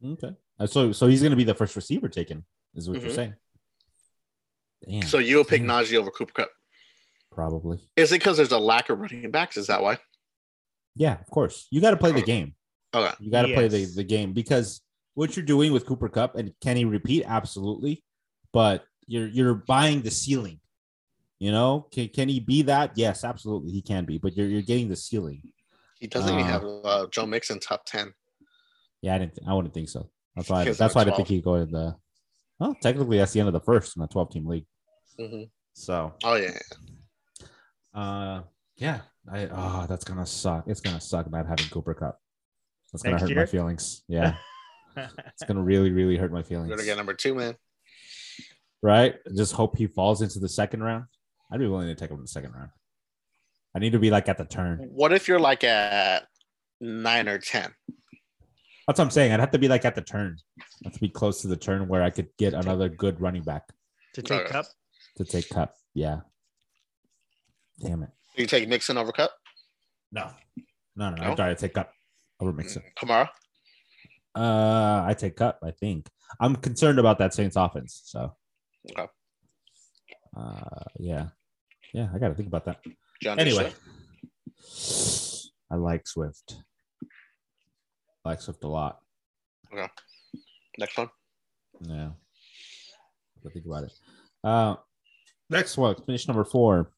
[SPEAKER 2] Okay. Uh, So so he's gonna be the first receiver taken, is what you're
[SPEAKER 3] Mhm.
[SPEAKER 2] saying. Damn,
[SPEAKER 3] So you'll pick
[SPEAKER 2] Hmm.
[SPEAKER 3] Najee over Cooper Cup.
[SPEAKER 2] probably.
[SPEAKER 3] Is it because there's a lack of running backs? Is that why?
[SPEAKER 2] Yeah, of course. You gotta play the
[SPEAKER 3] Okay.
[SPEAKER 2] game.
[SPEAKER 3] Okay.
[SPEAKER 2] You gotta play the,
[SPEAKER 4] Yes.
[SPEAKER 2] the game because what you're doing with Cooper Cup and can he repeat? Absolutely. But you're you're buying the ceiling. You know, can, can he be that? Yes, absolutely he can be, but you're you're getting the ceiling.
[SPEAKER 3] He doesn't even
[SPEAKER 2] Uh.
[SPEAKER 3] have uh, Joe Mixon top 10.
[SPEAKER 2] Yeah, I didn't I wouldn't think so. That's why I,
[SPEAKER 3] He goes
[SPEAKER 2] that's
[SPEAKER 3] in
[SPEAKER 2] why I
[SPEAKER 3] the
[SPEAKER 2] didn't think he'd go in the well, technically that's the end of the first in a 12 team league.
[SPEAKER 3] Mhm.
[SPEAKER 2] So
[SPEAKER 3] Oh, yeah. yeah.
[SPEAKER 2] Uh, yeah. I oh, that's gonna suck. It's gonna suck not having Cooper Cup. That's gonna
[SPEAKER 4] Next
[SPEAKER 2] hurt my
[SPEAKER 4] year?
[SPEAKER 2] feelings. Yeah, it's gonna really, really hurt my
[SPEAKER 3] We're
[SPEAKER 2] feelings.
[SPEAKER 3] going to get number two, man.
[SPEAKER 2] Right? Just hope he falls into the second round. I'd be willing to take him in the second round. I need to be like at the turn.
[SPEAKER 3] What if you're like at nine or 10?
[SPEAKER 2] That's what I'm saying. I'd have to be like at the turn. I have to be close to the turn where I could get another good running back
[SPEAKER 4] to take
[SPEAKER 3] Okay.
[SPEAKER 4] cup.
[SPEAKER 2] to take Cup. Yeah. Damn it.
[SPEAKER 3] You take Mixon over Cup?
[SPEAKER 2] No. No, no. no.
[SPEAKER 3] No?
[SPEAKER 2] I try to take Cup over Mixon.
[SPEAKER 3] Kamara?
[SPEAKER 2] Uh, I take Cup. I think I'm concerned about that Saints offense. So,
[SPEAKER 3] Okay.
[SPEAKER 2] uh, yeah, yeah, I got to think about that.
[SPEAKER 3] John
[SPEAKER 2] Anyway,
[SPEAKER 3] Swift?
[SPEAKER 2] I like Swift. I like Swift a lot.
[SPEAKER 3] Next one.
[SPEAKER 2] Yeah, I think about it. Uh, next one, finish number four.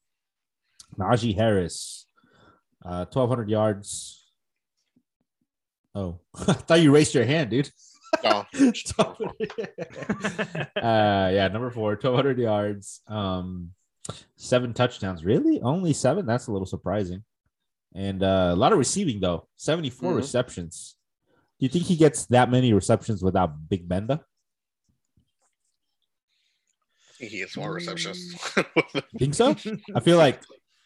[SPEAKER 2] Najee Harris, uh, 1,200 yards. Oh, I thought you raised your hand, dude.
[SPEAKER 3] No.
[SPEAKER 2] uh yeah number four 1200 yards um seven touchdowns really only seven that's a little surprising and uh, a lot of receiving though 74
[SPEAKER 3] Mhm.
[SPEAKER 2] receptions do you think he gets that many receptions without big ben though
[SPEAKER 3] He gets more receptions.
[SPEAKER 2] You think so i feel like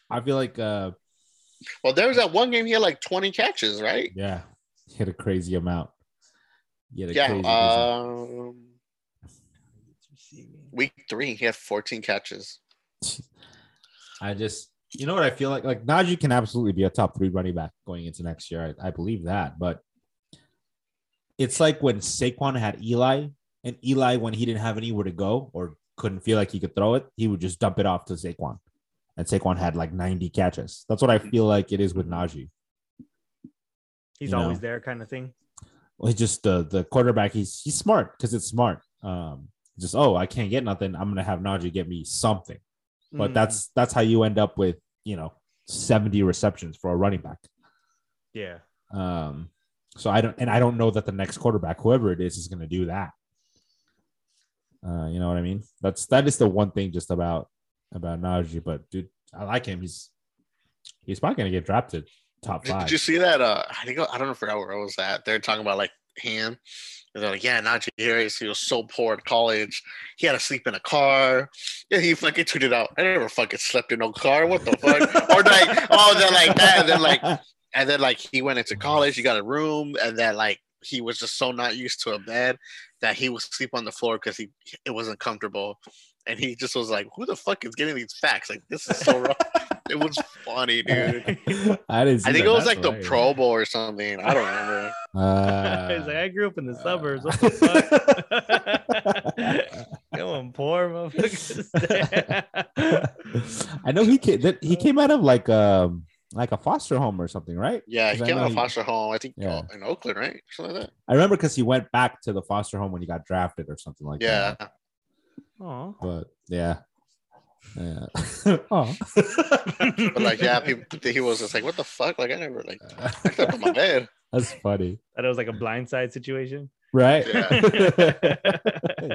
[SPEAKER 2] i feel like uh
[SPEAKER 3] well, there was that one game he had like 20 catches, right?
[SPEAKER 2] yeah he had a crazy amount he had a
[SPEAKER 3] Yeah.
[SPEAKER 2] crazy, crazy-
[SPEAKER 3] Um, week three, he had 14 catches.
[SPEAKER 2] i just you know what i feel like like Najee can absolutely be a top three running back going into next year i, I believe that but it's like when Saquon had Eli, and Eli, when he didn't have anywhere to go or couldn't feel like he could throw it, he would just dump it off to Saquon. And Saquon had like 90 catches. That's what I feel like it is with Najee.
[SPEAKER 4] He's
[SPEAKER 2] You
[SPEAKER 4] always
[SPEAKER 2] know.
[SPEAKER 4] there, kind of thing.
[SPEAKER 2] Well, He's just the the quarterback. He's he's smart because it's smart. Um, just oh I can't get nothing. I'm gonna have Najee get me something.
[SPEAKER 4] Mm.
[SPEAKER 2] But that's that's how you end up with you know 70 receptions for a running back.
[SPEAKER 4] yeah.
[SPEAKER 2] Um, so I don't, and I don't know that the next quarterback, whoever it is, is going to do that. Uh, you know what I mean? That's that is the one thing just about about Najee. But dude, I like him. He's he's probably going to get drafted top
[SPEAKER 3] Did,
[SPEAKER 2] five.
[SPEAKER 3] did you see that? Uh, I think I don't know, forgot where I was at. They're talking about like him. And they're like, yeah, Najee Harris. He was so poor at college. He had to sleep in a car. Yeah, he fucking tweeted out, I never fucking slept in no car. What the fuck? or like, oh, they're like that. And then like, and then like he went into college. He got a room, and then like he was just so not used to a bed that he would sleep on the floor because he it wasn't comfortable. And he just was like, "Who the fuck is getting these facts? Like this is so wrong." it was funny, dude.
[SPEAKER 2] I didn't.
[SPEAKER 3] I
[SPEAKER 2] see
[SPEAKER 3] think
[SPEAKER 2] that.
[SPEAKER 3] it was
[SPEAKER 2] That's
[SPEAKER 3] like the
[SPEAKER 2] hilarious.
[SPEAKER 3] Pro Bowl or something. I don't remember.
[SPEAKER 2] Uh,
[SPEAKER 4] He's like, I grew up in the
[SPEAKER 2] uh,
[SPEAKER 4] suburbs. What the fuck? Come on, poor motherfuckers.
[SPEAKER 2] I know he came. That he came out of like um like a foster home or something, right?
[SPEAKER 3] Yeah, he
[SPEAKER 2] Because I
[SPEAKER 3] came
[SPEAKER 2] know
[SPEAKER 3] out of
[SPEAKER 2] he-
[SPEAKER 3] foster home. I think
[SPEAKER 2] Yeah.
[SPEAKER 3] in Oakland, right? Something like that.
[SPEAKER 2] I remember because he went back to the foster home when he got drafted or something like that.
[SPEAKER 3] Yeah,
[SPEAKER 4] Aw.
[SPEAKER 2] but yeah, yeah. oh,
[SPEAKER 3] but like, yeah, people, he was just like, "What the fuck?" Like, I never like slept on my bed.
[SPEAKER 2] that's funny,
[SPEAKER 4] That was like a blindside situation.
[SPEAKER 2] right?
[SPEAKER 3] Yeah.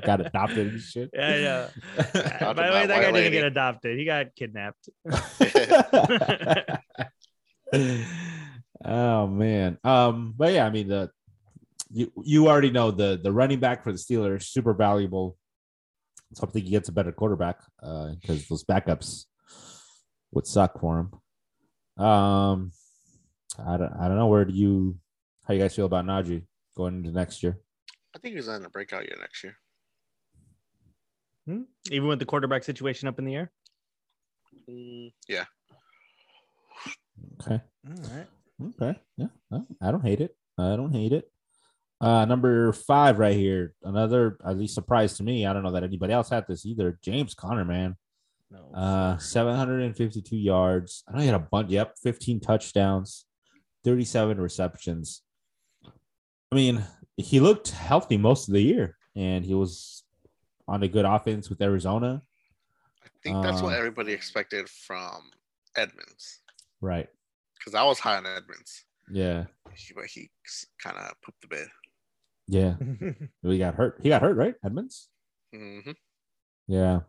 [SPEAKER 2] Got adopted and shit.
[SPEAKER 4] Yeah, yeah. By
[SPEAKER 3] Adopted
[SPEAKER 4] the
[SPEAKER 3] by
[SPEAKER 4] way,
[SPEAKER 3] a white
[SPEAKER 4] that guy didn't
[SPEAKER 3] lady.
[SPEAKER 4] get adopted. He got kidnapped.
[SPEAKER 2] oh man, um, but yeah, I mean the you you already know the the running back for the Steelers super valuable. Let's hope that he gets a better quarterback because those backups would suck for him. Um, I don't I don't know where do you how you guys feel about Najee going into next year?
[SPEAKER 3] I think he's on the breakout year next year.
[SPEAKER 4] Hmm? Even with the quarterback situation up in the air.
[SPEAKER 3] Mm, yeah,
[SPEAKER 2] Okay.
[SPEAKER 4] All right.
[SPEAKER 2] Okay. Yeah. No, I don't hate it. I don't hate it. Uh, number five right here. Another at least surprise to me. I don't know that anybody else had this either. James Conner, man.
[SPEAKER 4] No.
[SPEAKER 2] Uh, 752 yards. I know he had a bunch. Yep, 15 touchdowns, 37 receptions. I mean, he looked healthy most of the year, and he was on a good offense with Arizona.
[SPEAKER 3] I think that's what
[SPEAKER 2] Uh,
[SPEAKER 3] everybody expected from Edmonds
[SPEAKER 2] Right.
[SPEAKER 3] because I was high on Edmonds,
[SPEAKER 2] Yeah.
[SPEAKER 3] he, but he kind of pooped the bed.
[SPEAKER 2] Yeah. We got hurt. He got hurt, right? Edmonds.
[SPEAKER 3] hmm
[SPEAKER 2] Yeah.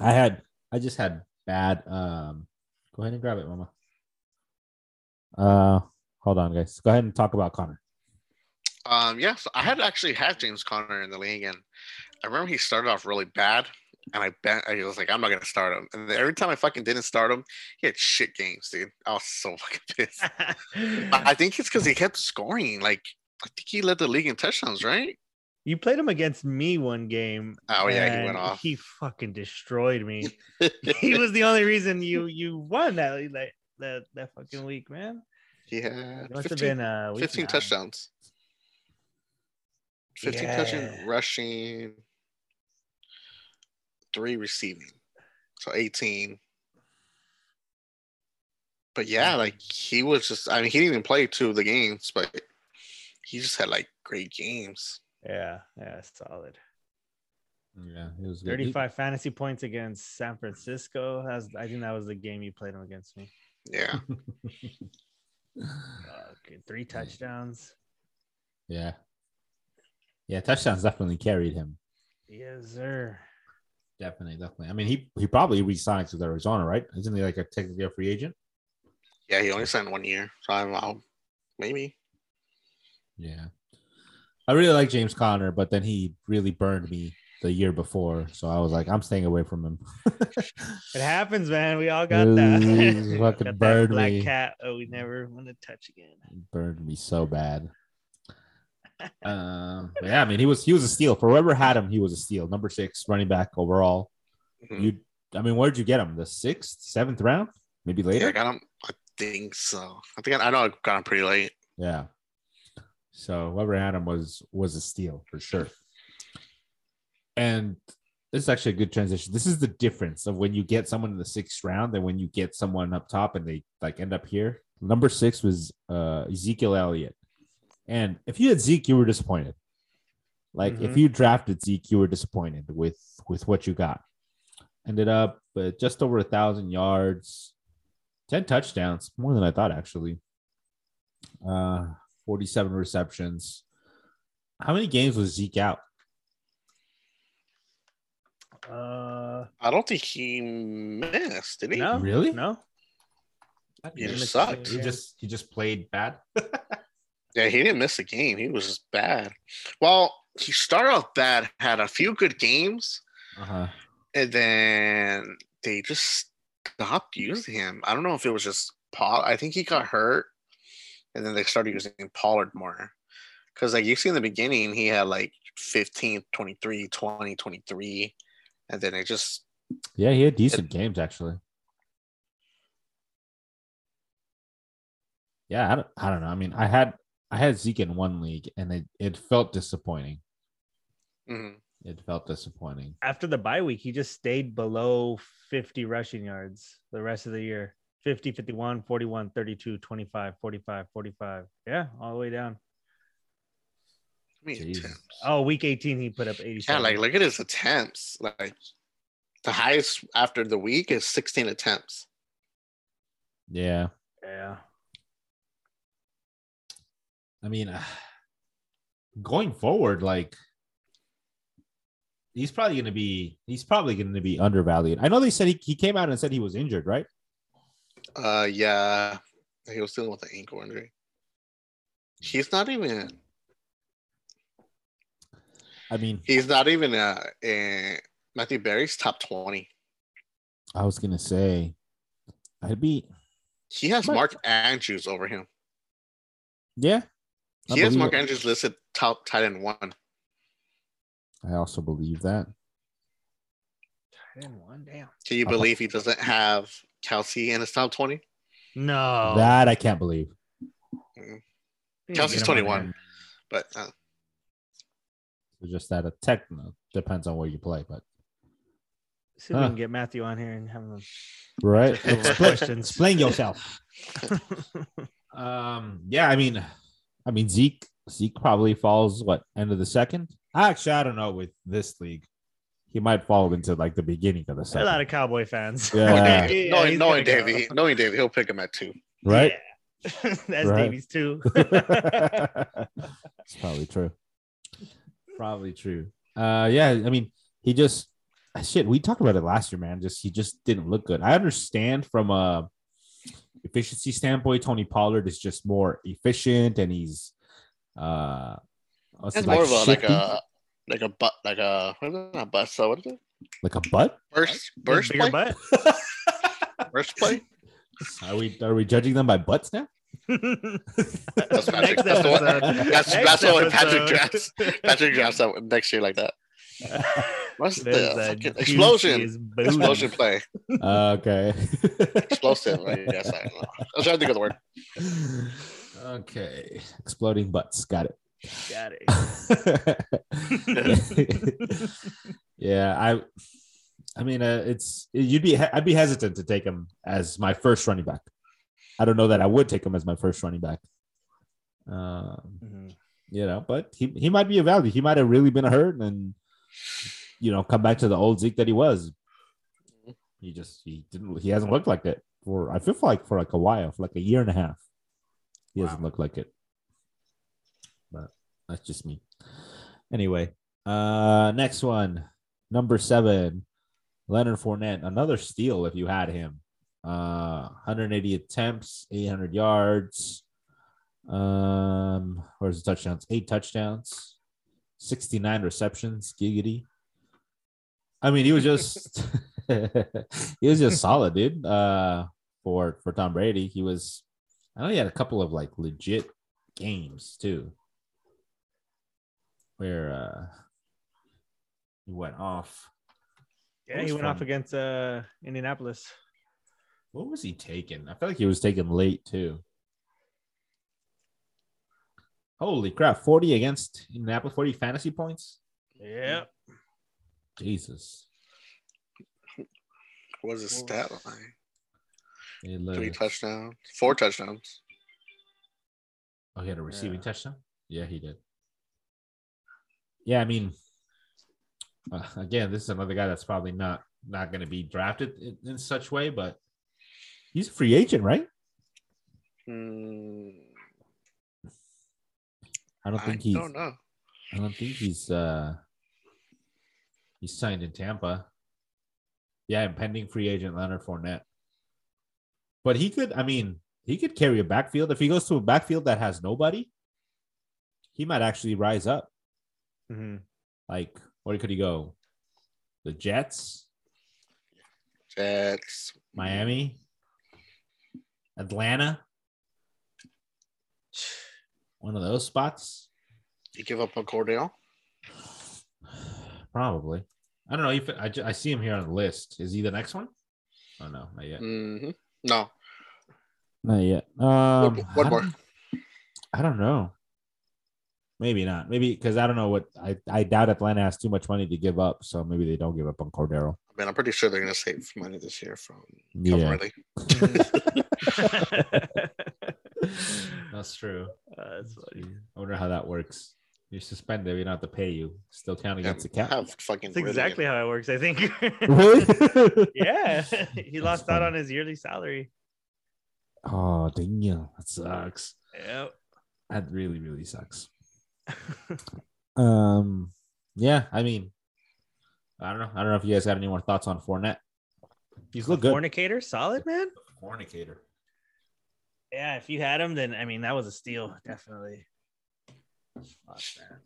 [SPEAKER 2] I had I just had bad um go ahead and grab it, mama. Uh hold on guys. Go ahead and talk about Connor.
[SPEAKER 3] Um, yeah, so I had actually had James Conner in the league, and I remember he started off really bad, and I bet I was like, I'm not gonna start him. And then every time I fucking didn't start him, he had shit games, dude. I was so fucking pissed. I I think it's because he kept scoring. Like I think he led the league in touchdowns, right?
[SPEAKER 4] you played him against me one game.
[SPEAKER 3] Oh yeah, he
[SPEAKER 4] and
[SPEAKER 3] went off.
[SPEAKER 4] He fucking destroyed me. he was the only reason you you won that like that that fucking week, man.
[SPEAKER 3] He had
[SPEAKER 4] It
[SPEAKER 3] 15,
[SPEAKER 4] must have been uh week
[SPEAKER 3] 15
[SPEAKER 4] nine.
[SPEAKER 3] touchdowns. 15
[SPEAKER 4] Yeah.
[SPEAKER 3] touchdown rushing, three receiving. So 18. But
[SPEAKER 4] Mm-hmm.
[SPEAKER 3] yeah, like he was just, I mean, he didn't even play two of the games, but he just had like great games.
[SPEAKER 4] Yeah, yeah, solid.
[SPEAKER 2] Yeah, it was good. He-
[SPEAKER 4] Thirty-five fantasy points against San Francisco. That's I think that was the game you played him against me.
[SPEAKER 3] Yeah.
[SPEAKER 4] Fucking three touchdowns.
[SPEAKER 2] Yeah. Yeah, touchdowns definitely carried him.
[SPEAKER 4] Yes, sir.
[SPEAKER 2] Definitely, definitely. I mean, he he probably resigns with Arizona, right? Isn't he like a technically a free agent?
[SPEAKER 3] Yeah, he only signed one year. So I'm out. Maybe.
[SPEAKER 2] Yeah. I really like James Conner, but then he really burned me the year before. So I was like, I'm staying away from him.
[SPEAKER 4] It happens, man. We all got
[SPEAKER 2] Ooh,
[SPEAKER 4] that.
[SPEAKER 2] fucking
[SPEAKER 4] got
[SPEAKER 2] bird
[SPEAKER 4] that black
[SPEAKER 2] me.
[SPEAKER 4] cat. Oh, we never want to touch again.
[SPEAKER 2] burned me so bad. Um, but yeah, I mean, he was he was a steal for whoever had him. He was a steal, number six running back overall.
[SPEAKER 3] Mhm.
[SPEAKER 2] You, I mean, where'd you get him? The sixth, seventh round, maybe
[SPEAKER 3] Yeah, I
[SPEAKER 2] later.
[SPEAKER 3] got him. I think so. I think I, I know I got him pretty late.
[SPEAKER 2] Yeah. So whoever had him was was a steal for sure. And this is actually a good transition. This is the difference of when you get someone in the sixth round and when you get someone up top and they like end up here. Number six was uh, Ezekiel Elliott, and if you had Zeke, you were disappointed. Like if
[SPEAKER 4] Mhm.
[SPEAKER 2] you drafted Zeke, you were disappointed with with what you got. Ended up uh, just over a thousand yards, ten touchdowns, more than I thought actually. Uh, forty-seven receptions. How many games was Zeke out?
[SPEAKER 4] Uh,
[SPEAKER 3] I don't think he missed, did he?
[SPEAKER 4] no,
[SPEAKER 2] Really?
[SPEAKER 4] no.
[SPEAKER 3] He
[SPEAKER 4] Yeah,
[SPEAKER 3] just
[SPEAKER 4] missed
[SPEAKER 3] sucked.
[SPEAKER 4] it.
[SPEAKER 2] He just he just played bad. Uh-huh.
[SPEAKER 3] Yeah, he didn't miss a game. He was just bad. Well, he started off bad, had a few good games,
[SPEAKER 2] Uh-huh.
[SPEAKER 3] and then they just stopped using him. I don't know if it was just Paul. I think he got hurt, and then they started using Pollard more. Because, like, you see in the beginning, he had like 15, 23, 20, 23, and then it just,
[SPEAKER 2] Yeah, he had decent games actually. Yeah, I don't, I don't know. I mean, I had I had Zeke in one league, and it it felt disappointing.
[SPEAKER 3] mhm.
[SPEAKER 2] It felt disappointing.
[SPEAKER 4] After the bye week, he just stayed below 50 rushing yards the rest of the year 50, 51, 41, 32, 25, 45, 45. Yeah, all the way down.
[SPEAKER 3] I mean,
[SPEAKER 2] Jesus.
[SPEAKER 3] attempts.
[SPEAKER 4] Oh, week 18, he put up 87.
[SPEAKER 3] yeah, like, look at his attempts. Like, the highest after the week is 16 attempts.
[SPEAKER 2] Yeah,
[SPEAKER 4] yeah.
[SPEAKER 2] I mean, going forward, like he's probably going to be he's probably going to be undervalued. I know they said he, he came out and said he was injured, right?
[SPEAKER 3] Uh, yeah, he was dealing with an ankle injury. He's not even.
[SPEAKER 2] I mean,
[SPEAKER 3] He's not even uh, in Matthew Berry's top twenty.
[SPEAKER 2] I was going to say, I'd be
[SPEAKER 3] He has
[SPEAKER 2] But-
[SPEAKER 3] Mark Andrews over him.
[SPEAKER 2] yeah. I
[SPEAKER 3] He has
[SPEAKER 2] believe
[SPEAKER 3] Mark
[SPEAKER 2] it.
[SPEAKER 3] Andrews listed top tight end one.
[SPEAKER 2] I also believe that.
[SPEAKER 4] Tight one, damn.
[SPEAKER 3] Can you
[SPEAKER 2] Okay.
[SPEAKER 3] believe he doesn't have Kelsey in his top twenty?
[SPEAKER 4] No.
[SPEAKER 2] That I can't believe.
[SPEAKER 4] Yeah,
[SPEAKER 3] Kelsey's
[SPEAKER 4] get him out of
[SPEAKER 3] 21.
[SPEAKER 4] here.
[SPEAKER 3] But uh,
[SPEAKER 2] It's just that a techno depends on where you play, but
[SPEAKER 4] See if we
[SPEAKER 2] Huh.
[SPEAKER 4] can get Matthew on here and have him
[SPEAKER 2] right.
[SPEAKER 4] answer all our
[SPEAKER 3] Explain-
[SPEAKER 4] questions.
[SPEAKER 2] Explain yourself. Um, yeah, I mean, I mean Zeke. Zeke probably falls what end of the second. Actually, I don't know with this league. He might fall into like the beginning of the
[SPEAKER 4] a lot
[SPEAKER 2] second,
[SPEAKER 4] of cowboy fans.
[SPEAKER 2] Yeah.
[SPEAKER 4] Yeah,
[SPEAKER 3] knowing,
[SPEAKER 4] he's
[SPEAKER 3] knowing, knowing
[SPEAKER 4] gonna go.
[SPEAKER 3] Davey, knowing Davey, he'll pick him at two.
[SPEAKER 2] right?
[SPEAKER 4] Yeah. That's
[SPEAKER 2] Right.
[SPEAKER 4] Davies too.
[SPEAKER 2] it's probably true. Probably true. Uh, yeah. I mean, he just ah, shit. We talked about it last year, man. Just he just didn't look good. I understand from a efficiency standpoint, Tony Pollard is just more efficient, and he's uh, what's
[SPEAKER 3] That's
[SPEAKER 2] it,
[SPEAKER 3] more of a like
[SPEAKER 2] shifty?
[SPEAKER 3] a like a butt like a what is it? Not butt. So what is it?
[SPEAKER 2] like a butt.
[SPEAKER 3] Burst burst
[SPEAKER 4] Bigger
[SPEAKER 3] play.
[SPEAKER 4] butt.
[SPEAKER 3] Burst play.
[SPEAKER 2] Are we are we judging them by butts now?
[SPEAKER 3] That's Patrick.
[SPEAKER 4] Next
[SPEAKER 3] That's the one.
[SPEAKER 4] episode.
[SPEAKER 3] That's
[SPEAKER 4] Next
[SPEAKER 3] that's the one Patrick
[SPEAKER 4] episode.
[SPEAKER 3] drafts. Patrick drafts that one next year like that. What's
[SPEAKER 4] There's
[SPEAKER 3] the
[SPEAKER 4] a
[SPEAKER 3] fucking
[SPEAKER 4] juicy
[SPEAKER 3] explosion?
[SPEAKER 4] as booty.
[SPEAKER 3] Explosion play.
[SPEAKER 2] Uh, okay.
[SPEAKER 3] Explosive. I guess I don't know. I was trying to think of the word.
[SPEAKER 2] okay. Exploding butts. Got it.
[SPEAKER 4] Got it.
[SPEAKER 2] yeah, I. I mean, uh, it's you'd be I'd be hesitant to take him as my first running back. I don't know that I would take him as my first running back. Um,
[SPEAKER 4] Mhm.
[SPEAKER 2] you know, but he, he might be a value. He might have really been hurt and you know come back to the old Zeke that he was. He just he didn't he hasn't looked like that for I feel like for like a while for like a year and a half. He does hasn't looked like it. But that's just me. Anyway, uh next one, number seven, Leonard Fournette. Another steal if you had him. Uh 180 attempts, 800 yards. Um, where's the touchdowns? Eight touchdowns, 69 receptions. Giggity. I mean, he was just he was just solid, dude. Uh for for Tom Brady. He was I know he had a couple of like legit games too. Where uh he went off.
[SPEAKER 4] Yeah, he went off against uh Indianapolis.
[SPEAKER 2] What was he taking? I feel like he was taken late too. Holy crap, 40 against Indianapolis, 40 fantasy points?
[SPEAKER 4] Yep.
[SPEAKER 2] Jesus.
[SPEAKER 3] What was his stat line?
[SPEAKER 2] They
[SPEAKER 3] Three
[SPEAKER 2] literally-
[SPEAKER 3] touchdowns. Four touchdowns.
[SPEAKER 2] Oh, he had a receiving
[SPEAKER 4] Yeah.
[SPEAKER 2] touchdown? Yeah, he did. yeah, I mean, uh, again, this is another guy that's probably not not going to be drafted in, in such way, but he's a free agent, right?
[SPEAKER 3] Mm,
[SPEAKER 2] I don't
[SPEAKER 3] I
[SPEAKER 2] think he's.
[SPEAKER 3] don't know.
[SPEAKER 2] I don't think he's. uh He's signed in Tampa. Yeah, impending free agent Leonard Fournette. But he could. I mean, he could carry a backfield if he goes to a backfield that has nobody. He might actually rise up.
[SPEAKER 4] hmm
[SPEAKER 2] Like, where could he go? The Jets,
[SPEAKER 3] Jets.
[SPEAKER 2] Miami, Atlanta. One of those spots,
[SPEAKER 3] You give up on Cordell?
[SPEAKER 2] probably. I don't know. If, I, ju- I see him here on the list. Is he the next one? Oh no, not yet.
[SPEAKER 3] hmm No.
[SPEAKER 2] Not yet. Um,
[SPEAKER 3] One- one
[SPEAKER 2] I
[SPEAKER 3] more.
[SPEAKER 2] don't- I don't know. Maybe not. Maybe because I don't know what I, I doubt Atlanta has too much money to give up, so maybe they don't give up on Cordero.
[SPEAKER 3] I mean, I'm pretty sure they're going to save money this year from Calvin
[SPEAKER 2] Yeah,
[SPEAKER 3] Ridley.
[SPEAKER 4] Uh,
[SPEAKER 2] that's true.
[SPEAKER 4] that's funny.
[SPEAKER 2] I wonder how that works. You're suspended. We don't have to pay you. Still count against the
[SPEAKER 3] And
[SPEAKER 2] cap.
[SPEAKER 3] Have fucking
[SPEAKER 4] That's exactly how it works, I think.
[SPEAKER 2] Really?
[SPEAKER 4] yeah, he
[SPEAKER 2] That's
[SPEAKER 4] lost out
[SPEAKER 2] funny.
[SPEAKER 4] on his yearly salary.
[SPEAKER 2] Oh, dang you. That sucks.
[SPEAKER 4] Yep.
[SPEAKER 2] That really, really sucks. Um, yeah. I mean, I don't know. I don't know if you guys got any more thoughts on Fournette. He's looked good.
[SPEAKER 4] Fornicator, solid man.
[SPEAKER 2] Fornicator.
[SPEAKER 4] Yeah, if you had him, then I mean that was a steal, definitely. Fuck, man.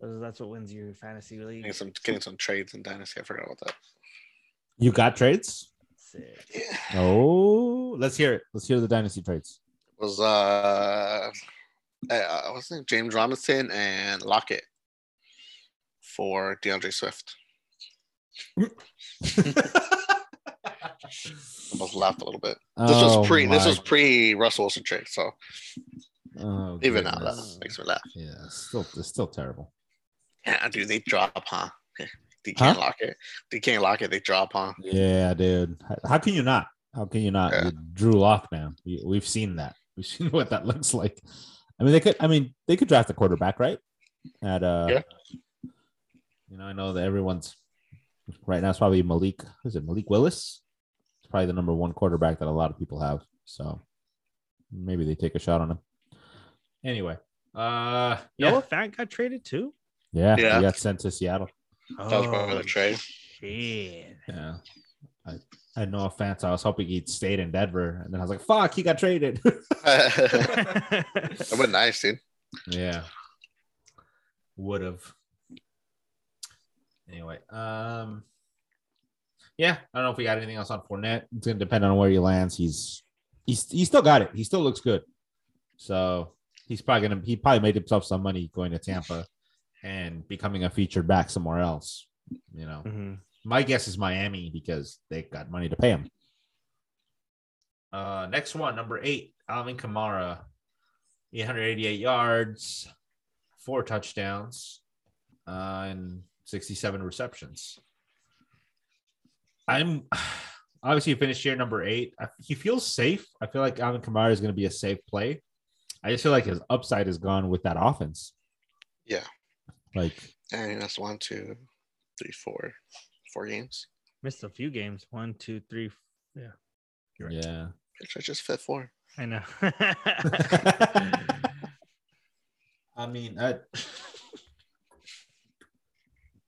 [SPEAKER 4] Those- That's what wins your fantasy
[SPEAKER 3] Getting
[SPEAKER 4] league.
[SPEAKER 3] some, getting some trades in Dynasty. I forgot about that.
[SPEAKER 2] You got trades?
[SPEAKER 4] Sick.
[SPEAKER 3] Yeah.
[SPEAKER 2] Oh, let's hear it. Let's hear the dynasty trades.
[SPEAKER 3] was uh, uh what's his name? James Robinson and Lockett for DeAndre Swift. Almost laughed a little bit. This was pre this was pre Russell Wilson trade, so
[SPEAKER 2] oh,
[SPEAKER 3] even now that
[SPEAKER 2] goodness.
[SPEAKER 3] makes me laugh.
[SPEAKER 2] Yeah, it's still it's still terrible.
[SPEAKER 3] Yeah, dude, they drop, huh? They can't
[SPEAKER 2] Huh?
[SPEAKER 3] lock it. They can't lock it. They drop, huh?
[SPEAKER 2] Yeah, dude. How, how can you not? How can you not?
[SPEAKER 3] Yeah.
[SPEAKER 2] You Drew Lock now. We, we've seen that. We've seen what that looks like. I mean, they could. I mean, they could draft a quarterback, right? At uh,
[SPEAKER 3] Yeah.
[SPEAKER 2] you know, I know that everyone's right now. It's probably Malik. Is it Malik Willis? It's probably the number one quarterback that a lot of people have. So maybe they take a shot on him. Anyway, uh, yeah,
[SPEAKER 4] Noah Fant got traded too. Oh,
[SPEAKER 2] yeah,
[SPEAKER 3] Yeah.
[SPEAKER 2] he got sent to Seattle.
[SPEAKER 3] That was
[SPEAKER 2] Oh.
[SPEAKER 3] part of the trade.
[SPEAKER 4] Shit.
[SPEAKER 2] Yeah. I, I had no offense. I was hoping he'd stayed in Denver. And then I was like, fuck, he got traded.
[SPEAKER 3] that went nice, dude.
[SPEAKER 2] yeah. Would have. Anyway. Um yeah, I don't know if we got anything else on Fournette. It's gonna depend on where he lands. He's he's he still got it. He still looks good. So he's probably gonna he probably made himself some money going to Tampa and becoming a featured back somewhere else. You know.
[SPEAKER 4] Mhm.
[SPEAKER 2] My guess is Miami because they got money to pay him. Uh, next one, number eight, Alvin Kamara, 888 yards, four touchdowns, uh, and 67 receptions. I'm obviously he finished year number eight. I, he feels safe. I feel like Alvin Kamara is going to be a safe play. I just feel like his upside is gone with that offense.
[SPEAKER 3] Yeah.
[SPEAKER 2] Like
[SPEAKER 3] And that's one, two, three, four, four games.
[SPEAKER 4] Missed a few games. One, two, three. f- Yeah, You're right.
[SPEAKER 2] yeah.
[SPEAKER 3] Bitch, I just fit four.
[SPEAKER 4] I know.
[SPEAKER 2] I mean, I,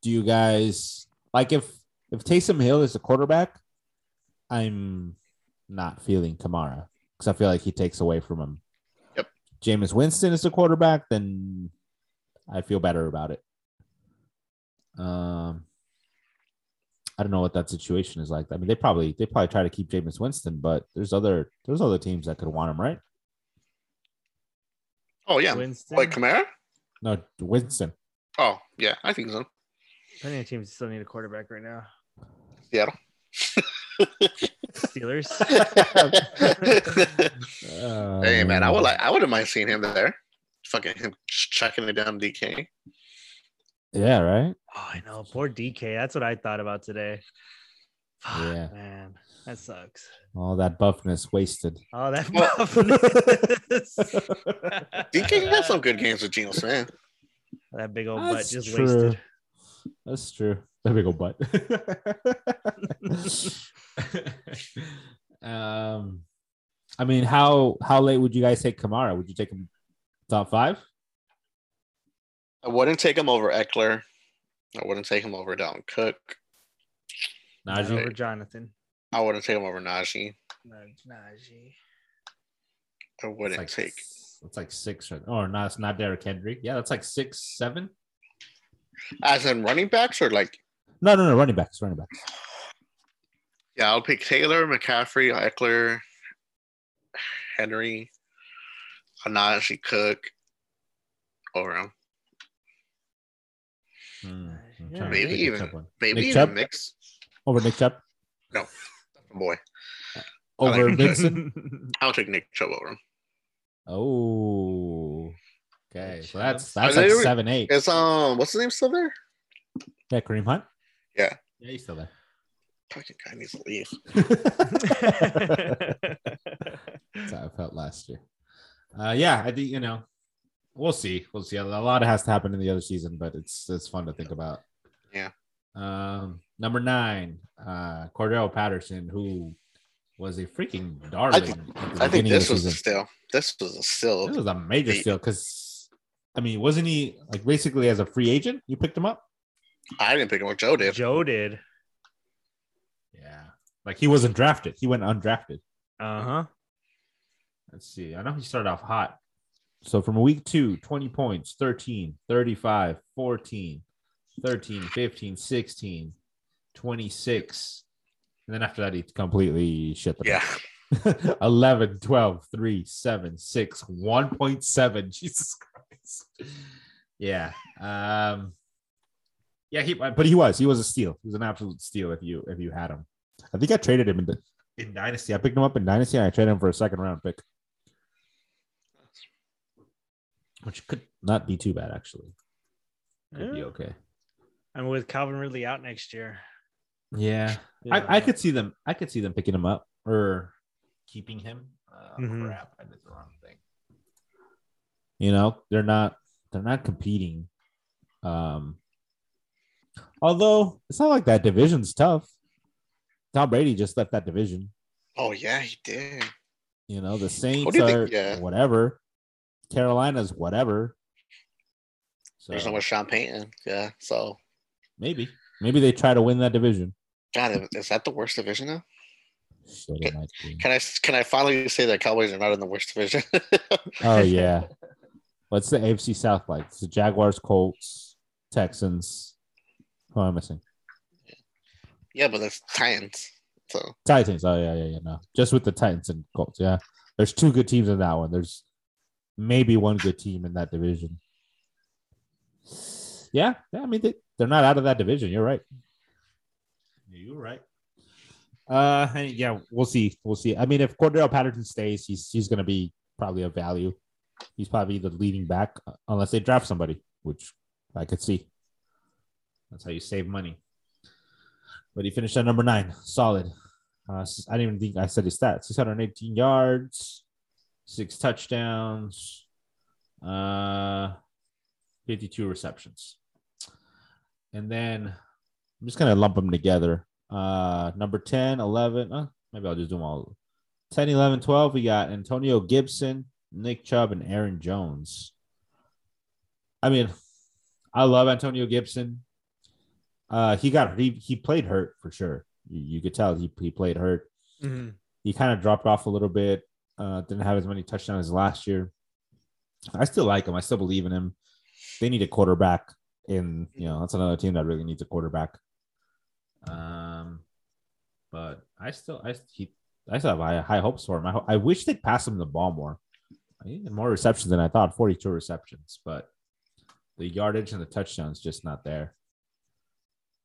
[SPEAKER 2] do you guys like if if Taysom Hill is a quarterback? I'm not feeling Kamara because I feel like he takes away from him.
[SPEAKER 3] Yep.
[SPEAKER 2] Jameis Winston is a quarterback, then I feel better about it. Um, I don't know what that situation is like. I mean, they probably they probably try to keep Jameis Winston, but there's other there's other teams that could want him, right?
[SPEAKER 3] Oh yeah.
[SPEAKER 4] Winston.
[SPEAKER 3] Wait, Kamara?
[SPEAKER 2] No, Winston.
[SPEAKER 3] Oh, yeah, I think so.
[SPEAKER 4] Plenty of teams still need a quarterback right now.
[SPEAKER 3] Seattle.
[SPEAKER 4] Steelers.
[SPEAKER 3] hey
[SPEAKER 2] Um,
[SPEAKER 3] man,
[SPEAKER 2] Uh,
[SPEAKER 3] I would like I wouldn't mind seeing him there. Fucking him chucking it down DK.
[SPEAKER 2] Yeah, right.
[SPEAKER 4] Oh, I know. Poor DK. That's what I thought about today. Fuck,
[SPEAKER 2] Yeah.
[SPEAKER 4] man, that sucks.
[SPEAKER 2] All that buffness wasted.
[SPEAKER 4] Oh, that
[SPEAKER 3] Well-
[SPEAKER 4] buffness.
[SPEAKER 3] DK had some good games with Geno Smith.
[SPEAKER 4] That big old
[SPEAKER 2] That's
[SPEAKER 4] butt just
[SPEAKER 2] true.
[SPEAKER 4] wasted.
[SPEAKER 2] That's true. That big old butt. um, I mean, how how late would you guys take Kamara? Would you take him top five?
[SPEAKER 3] I wouldn't take him over Eckler. I wouldn't take him over Dalvin Cook.
[SPEAKER 2] Najee.
[SPEAKER 4] Over Jonathan.
[SPEAKER 3] I wouldn't take him over Najee.
[SPEAKER 4] Najee.
[SPEAKER 3] I
[SPEAKER 2] It's
[SPEAKER 3] wouldn't
[SPEAKER 2] like,
[SPEAKER 3] take.
[SPEAKER 2] It's like six or or not. It's not Derrick Henry. Yeah, that's like six, seven.
[SPEAKER 3] As in running backs or like,
[SPEAKER 2] No, no, no. Running backs. Running backs.
[SPEAKER 3] yeah, I'll pick Taylor, McCaffrey, Eckler, Henry, Najee Cook over him.
[SPEAKER 2] Hmm, I'm
[SPEAKER 4] Yeah.
[SPEAKER 2] trying to
[SPEAKER 3] Maybe
[SPEAKER 2] think of
[SPEAKER 3] even-
[SPEAKER 2] someone.
[SPEAKER 3] Maybe
[SPEAKER 2] Nick
[SPEAKER 3] even
[SPEAKER 2] Chubb?
[SPEAKER 3] mix.
[SPEAKER 2] over Nick Chubb
[SPEAKER 3] Boy, like
[SPEAKER 2] over
[SPEAKER 3] Nick Chubb.
[SPEAKER 2] Mixon.
[SPEAKER 3] I'll take Nick Chubb over him.
[SPEAKER 2] Oh, okay. So
[SPEAKER 4] Chubb.
[SPEAKER 2] that's that's
[SPEAKER 3] Are
[SPEAKER 2] like
[SPEAKER 3] they-
[SPEAKER 2] seven, eight.
[SPEAKER 3] Is um, what's his name still there?
[SPEAKER 2] Yeah, Kareem Hunt.
[SPEAKER 3] Yeah.
[SPEAKER 2] Yeah, he's still there.
[SPEAKER 3] Fucking guy needs to leave.
[SPEAKER 2] That's how I felt last year. Uh, yeah, I think you know, we'll see. We'll see. A lot has to happen in the other season, but it's it's fun to think about.
[SPEAKER 3] Yeah.
[SPEAKER 2] Um, number nine, uh, Cordell Patterson, who was a freaking
[SPEAKER 3] I
[SPEAKER 2] darling.
[SPEAKER 3] think,
[SPEAKER 2] at the
[SPEAKER 3] I think
[SPEAKER 2] beginning of
[SPEAKER 3] this
[SPEAKER 2] the
[SPEAKER 3] was a
[SPEAKER 2] season.
[SPEAKER 3] steal. This was a
[SPEAKER 2] this
[SPEAKER 3] steal.
[SPEAKER 2] was a major
[SPEAKER 3] the-
[SPEAKER 2] steal because I mean, wasn't he like basically as a free agent? You picked him up.
[SPEAKER 3] I didn't pick him up. Joe did.
[SPEAKER 4] Joe did.
[SPEAKER 2] Yeah, like he wasn't drafted. He went undrafted.
[SPEAKER 4] Uh huh.
[SPEAKER 2] Let's see. I know he started off hot. So from week two, 20 points, 13, 35, 14, 13, 15, 16, 26. And then after that, he completely shit the
[SPEAKER 3] Yeah.
[SPEAKER 2] 11, 12, 3, 7, 6, 1.7. Jesus Christ. Yeah. Um Yeah, he but he was. He was a steal. He was an absolute steal if you if you had him. I think I traded him in the in Dynasty. I picked him up in Dynasty and I traded him for a second round pick. Which could not be too bad actually. Could be okay.
[SPEAKER 4] And with Calvin Ridley out next year.
[SPEAKER 2] Yeah.
[SPEAKER 4] Yeah.
[SPEAKER 2] I, I could see them. I could see them picking him up or keeping him. Uh,
[SPEAKER 4] Mhm.
[SPEAKER 2] Crap, I did the wrong thing. You know, they're not. They're not competing. Um. Although it's not like that division's tough. Tom Brady just left that division.
[SPEAKER 3] Oh yeah, he did.
[SPEAKER 2] You know, the Saints
[SPEAKER 3] you think-
[SPEAKER 2] are
[SPEAKER 3] yeah.
[SPEAKER 2] whatever. Carolina's whatever. So
[SPEAKER 3] There's no more Sean Payton. Yeah. So
[SPEAKER 2] maybe, maybe they try to win that division.
[SPEAKER 3] God, is that the worst division now?
[SPEAKER 2] Shit, it might be.
[SPEAKER 3] Can I can I finally say that Cowboys are not in the worst division?
[SPEAKER 2] Oh yeah. What's the AFC South like? It's the Jaguars, Colts, Texans. Who am I missing?
[SPEAKER 3] yeah, but that's Titans. So
[SPEAKER 2] Titans. Oh yeah, yeah, yeah. No, just with the Titans and Colts. Yeah, there's two good teams in that one. There's maybe one good team in that division. Yeah, yeah. I mean, they, they're not out of that division. You're right. You're right. Uh, and yeah, we'll see. We'll see. I mean, if Cordell Patterson stays, he's he's going to be probably of value. He's probably the leading back uh, unless they draft somebody, which I could see. That's how you save money. But he finished at number nine, solid. Uh, s- I didn't even think I said his stats: 618 yards, six touchdowns, uh, 52 receptions. And then I'm just gonna lump them together. Uh, number 10, 11. Uh, maybe I'll just do them all. 10, 11, 12. We got Antonio Gibson, Nick Chubb, and Aaron Jones. I mean, I love Antonio Gibson. Uh, he got he, he played hurt for sure. You, you could tell he, he played hurt
[SPEAKER 4] Mhm.
[SPEAKER 2] he kind of dropped off a little bit. Uh, didn't have as many touchdowns as last year. I still like him. I still believe in him. They need a quarterback, and you know that's another team that really needs a quarterback. Um, but I still, I he, I still have high, high hopes for him. I, ho- I wish they'd pass him the ball more. I need more receptions than I thought. Forty-two receptions, but the yardage and the touchdowns just not there.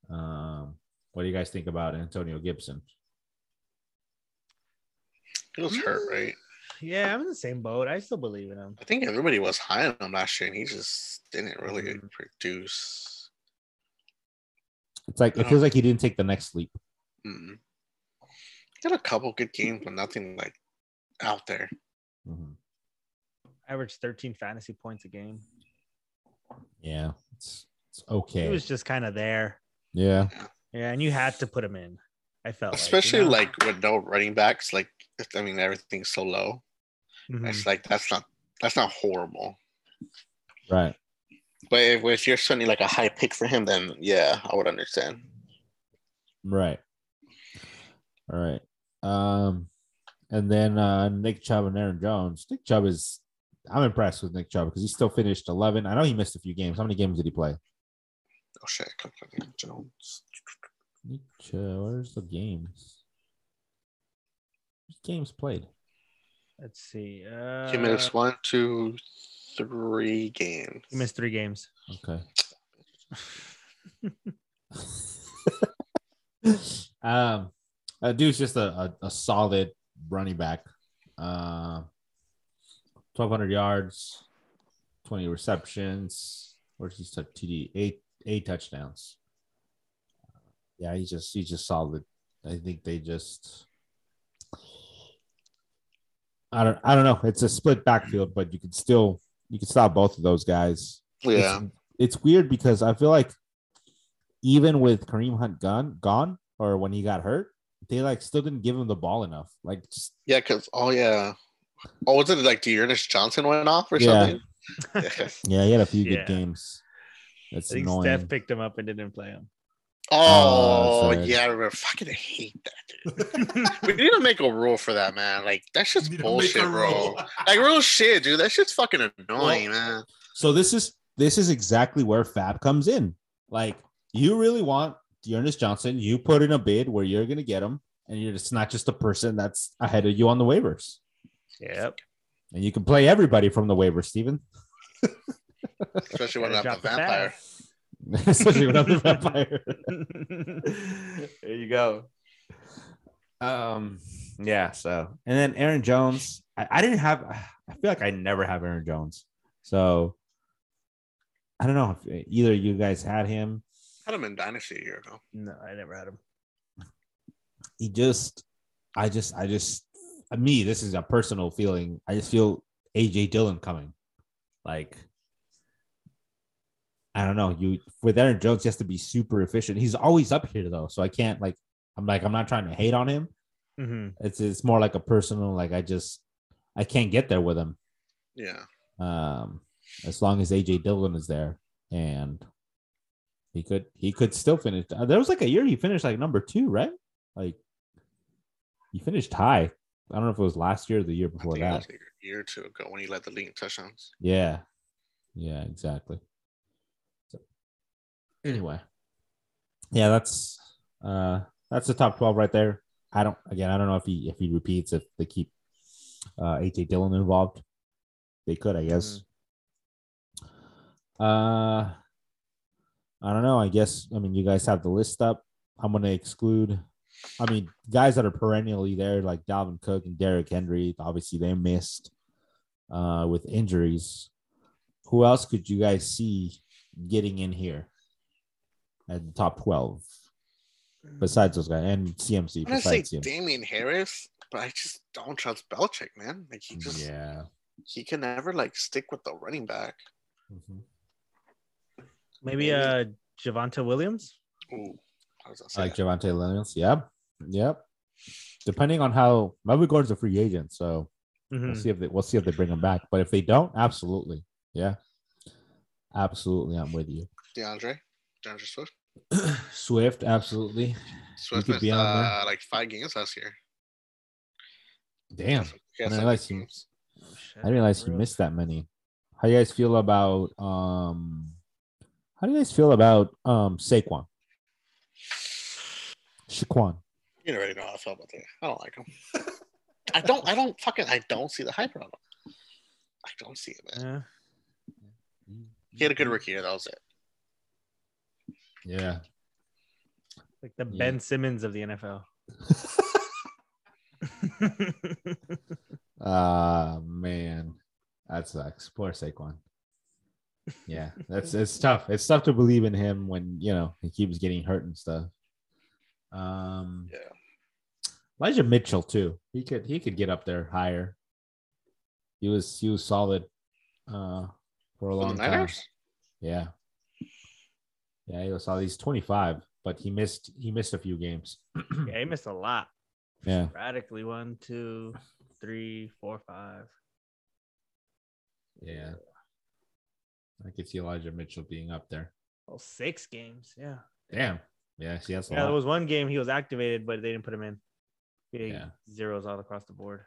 [SPEAKER 2] Um, what do you guys think about Antonio Gibson?
[SPEAKER 3] he was
[SPEAKER 2] Mm.
[SPEAKER 3] hurt, right?
[SPEAKER 4] Yeah, I'm in the same boat. I still believe in him.
[SPEAKER 3] I think everybody was high on him last year, and he just didn't really
[SPEAKER 2] Mhm.
[SPEAKER 3] produce.
[SPEAKER 2] It's like it
[SPEAKER 4] Uh-huh.
[SPEAKER 3] Yeah.
[SPEAKER 2] feels like he didn't take the next leap.
[SPEAKER 3] Mm. He had a couple good games, but nothing like out there.
[SPEAKER 2] Mm-hmm.
[SPEAKER 4] Averaged 13 fantasy points a game.
[SPEAKER 2] Yeah, it's it's
[SPEAKER 4] He
[SPEAKER 2] okay.
[SPEAKER 4] was just kind of there.
[SPEAKER 2] yeah,
[SPEAKER 4] Yeah, and you had to put him in. I felt
[SPEAKER 3] Especially
[SPEAKER 4] like,
[SPEAKER 3] like with no running backs, like I mean everything's so low.
[SPEAKER 4] you know? Mhm.
[SPEAKER 3] It's like that's not that's not horrible.
[SPEAKER 2] right.
[SPEAKER 3] But if, if you're spending like a high pick for him, then yeah, I would understand.
[SPEAKER 2] Right. All right. Um, and then uh, Nick Chubb and Aaron Jones. Nick Chubb is, I'm impressed with Nick Chubb because he still finished 11. I know he missed a few games. How many games did he play?
[SPEAKER 3] Oh shit! I clicked on Aaron Jones.
[SPEAKER 2] Nick Chubb, where's the games? Which games played?
[SPEAKER 4] Let's see. Uh,
[SPEAKER 3] He missed one, two, three games.
[SPEAKER 4] he missed three games.
[SPEAKER 2] Okay. um, uh, dude's just a, a, a solid running back. Uh, 1,200 yards, 20 receptions. Where's he start TD? Eight, eight touchdowns. Yeah, he's just he's just solid. I think they just I don't I don't know. It's a split backfield, but you can still you can stop both of those guys
[SPEAKER 3] Yeah,
[SPEAKER 2] it's, it's weird because I feel like even with Kareem Hunt gone, gone, or when he got hurt, they like still didn't give him the ball enough. Like, just,
[SPEAKER 3] yeah, because oh yeah, oh was it like Dearness Johnson went off or
[SPEAKER 2] Yeah.
[SPEAKER 3] something? Yeah.
[SPEAKER 2] yeah, he had a few
[SPEAKER 4] Yeah.
[SPEAKER 2] good games. That's
[SPEAKER 4] I think
[SPEAKER 2] annoying.
[SPEAKER 4] Steph picked him up and didn't play him.
[SPEAKER 3] Oh,
[SPEAKER 2] Oh, that's right.
[SPEAKER 3] yeah, I remember. Fucking hate that, dude. we need to make a rule for that, man. Like that shit's
[SPEAKER 1] You need to make
[SPEAKER 3] bullshit,
[SPEAKER 1] a
[SPEAKER 3] bro.
[SPEAKER 1] rule.
[SPEAKER 3] Like real shit, dude. That shit's fucking annoying, man.
[SPEAKER 2] so this is this is exactly where Fab comes in. Like, you really want Dearness Johnson? You put in a bid where you're gonna get him, and you're just not just a person that's ahead of you on the waivers,
[SPEAKER 4] Yep.
[SPEAKER 2] and you can play everybody from the waiver, Steven.
[SPEAKER 3] Especially when I'm
[SPEAKER 4] Gotta
[SPEAKER 3] a vampire.
[SPEAKER 2] Especially without the vampire.
[SPEAKER 1] there you go.
[SPEAKER 2] Um, yeah. So, and then Aaron Jones. I, I didn't have. I feel like I never have Aaron Jones. So, I don't know if either of you guys had him.
[SPEAKER 3] Had him in Dynasty a year ago.
[SPEAKER 4] No, I never had him.
[SPEAKER 2] He just, I just, I just, me. This is a personal feeling. I just feel AJ Dillon coming. Like, I don't know. You with Aaron Jones, he has to be super efficient. He's always up here though, so I can't like. I'm like, I'm not trying to hate on him.
[SPEAKER 4] hmm
[SPEAKER 2] it's it's more like a personal like i just i can't get there with him
[SPEAKER 3] Yeah.
[SPEAKER 2] um as long as aj dillon is there and he could he could still finish uh, there was like a year he finished like number two right like he finished high i don't know if it was last year or the year
[SPEAKER 3] I
[SPEAKER 2] before
[SPEAKER 3] think it
[SPEAKER 2] that
[SPEAKER 3] was like a year or two ago when he led the league in touchdowns.
[SPEAKER 2] yeah yeah exactly so, anyway yeah that's uh that's the top 12 right there i don't again i don't know if he if he repeats if they keep uh aj dillon involved they could i guess uh i don't know i guess i mean you guys have the list up i'm gonna exclude i mean guys that are perennially there like dalvin cook and Derrick henry obviously they missed uh with injuries who else could you guys see getting in here at the top 12 besides those guys and cmc
[SPEAKER 3] Mm-hmm. I'm gonna say
[SPEAKER 2] besides CMC.
[SPEAKER 3] Damien Harris, but I just don't trust Belichick, man. Like he just
[SPEAKER 2] Mm, yeah
[SPEAKER 3] he can never like stick with the running back.
[SPEAKER 2] Mhm.
[SPEAKER 4] Maybe uh Javante Williams.
[SPEAKER 3] Ooh, I was gonna
[SPEAKER 2] I
[SPEAKER 3] say
[SPEAKER 2] like
[SPEAKER 3] that.
[SPEAKER 2] Javante Williams. Yep. Yep. Depending on how Melvin Gordon's a free agent, so
[SPEAKER 4] Mhm.
[SPEAKER 2] we'll see if they we'll see if they bring him back. But if they don't, absolutely. Yeah. Absolutely, I'm with you.
[SPEAKER 3] DeAndre, DeAndre Swift.
[SPEAKER 2] Swift, absolutely.
[SPEAKER 3] Swift
[SPEAKER 2] could
[SPEAKER 3] missed
[SPEAKER 2] be on there.
[SPEAKER 3] uh, like five games last year.
[SPEAKER 2] Damn. I
[SPEAKER 3] Yeah,
[SPEAKER 2] didn't
[SPEAKER 3] some
[SPEAKER 2] realize
[SPEAKER 3] big
[SPEAKER 2] you,
[SPEAKER 3] games.
[SPEAKER 4] Oh, shit.
[SPEAKER 2] I didn't realize you
[SPEAKER 4] Real-
[SPEAKER 2] missed that many. How you guys feel about um how do you guys feel about um Saquon? Shaquan.
[SPEAKER 3] You already know how I felt about that. I don't like him. I don't. I don't fucking. I don't see the hype around him. I don't see it, man.
[SPEAKER 4] Yeah.
[SPEAKER 3] He had a good rookie year. That was it.
[SPEAKER 2] Yeah.
[SPEAKER 4] Like the
[SPEAKER 2] Yeah.
[SPEAKER 4] Ben Simmons of the NFL.
[SPEAKER 2] Ah man, that sucks. Poor Saquon. Yeah, that's it's tough. It's tough to believe in him when you know he keeps getting hurt and stuff. Um,
[SPEAKER 3] Yeah.
[SPEAKER 2] Elijah Mitchell too. He could he could get up there higher. He was he was solid uh, for a
[SPEAKER 3] For the
[SPEAKER 2] long time.
[SPEAKER 3] Niners?
[SPEAKER 2] Yeah. Yeah, he was all he's 25, but he missed he missed a few games.
[SPEAKER 4] Yeah, he missed a lot.
[SPEAKER 2] yeah.
[SPEAKER 4] Radically one, two, three, four, five.
[SPEAKER 2] Yeah. I could see Elijah Mitchell being up there.
[SPEAKER 4] Oh, six games. Yeah.
[SPEAKER 2] Damn. Yeah, see that's a
[SPEAKER 4] Yeah,
[SPEAKER 2] lot.
[SPEAKER 4] there was one game he was activated, but they didn't put him in. Big
[SPEAKER 2] Yeah.
[SPEAKER 4] zeros all across the board.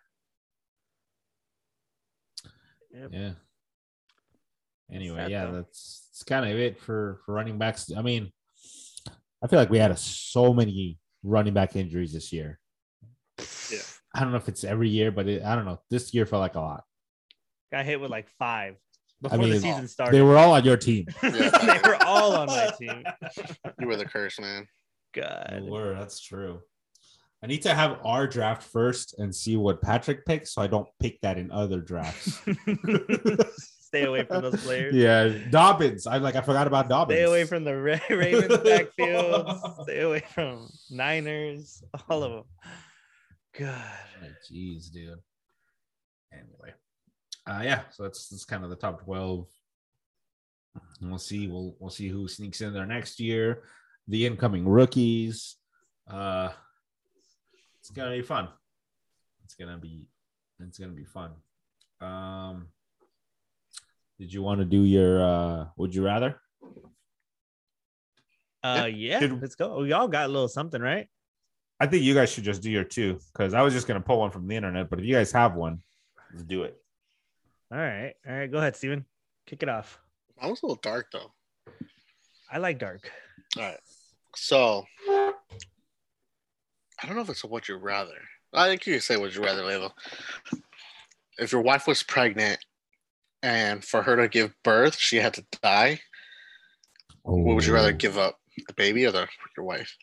[SPEAKER 4] Yep.
[SPEAKER 2] Yeah. Anyway,
[SPEAKER 4] sad,
[SPEAKER 2] yeah,
[SPEAKER 4] though.
[SPEAKER 2] that's that's kind of it for for running backs. I mean, I feel like we had a, so many running back injuries this year.
[SPEAKER 3] Yeah.
[SPEAKER 2] I don't know if it's every year, but it, I don't know. This year felt like a lot.
[SPEAKER 4] Got hit with like five before the
[SPEAKER 2] mean,
[SPEAKER 4] season
[SPEAKER 2] They
[SPEAKER 4] started.
[SPEAKER 2] were all on your team.
[SPEAKER 4] they were all on my team.
[SPEAKER 3] You were the curse, man.
[SPEAKER 4] God.
[SPEAKER 2] were. That's true. I need to have our draft first and see what Patrick picks, so I don't pick that in other drafts.
[SPEAKER 4] Stay away from those players.
[SPEAKER 2] yeah, Dobbins. I like. I forgot about Dobbins.
[SPEAKER 4] Stay away from the Ra- Ravens backfield. Stay away from Niners. All of them. God.
[SPEAKER 2] Like, Jeez, dude. Anyway, uh, yeah. So that's that's kind of the top twelve. And we'll see. We'll we'll see who sneaks in there next year. The incoming rookies. Uh, it's gonna be fun. It's gonna be. It's gonna be fun. Um, did you want to do your? uh Would you rather?
[SPEAKER 4] Uh, yeah.
[SPEAKER 2] Should-
[SPEAKER 4] Let's go. We all got a little something, right?
[SPEAKER 2] I think you guys should just do your two because I was just gonna pull one from the internet. But if you guys have one, let's do it.
[SPEAKER 4] All right. All right. Go ahead, Steven. Kick it off.
[SPEAKER 3] I was a little dark though.
[SPEAKER 4] I like dark.
[SPEAKER 3] So I don't know if it's a what you'd rather. I think you could say what you'd rather label. If your wife was pregnant and for her to give birth, she had to die. What would you rather give up? The baby or the your wife?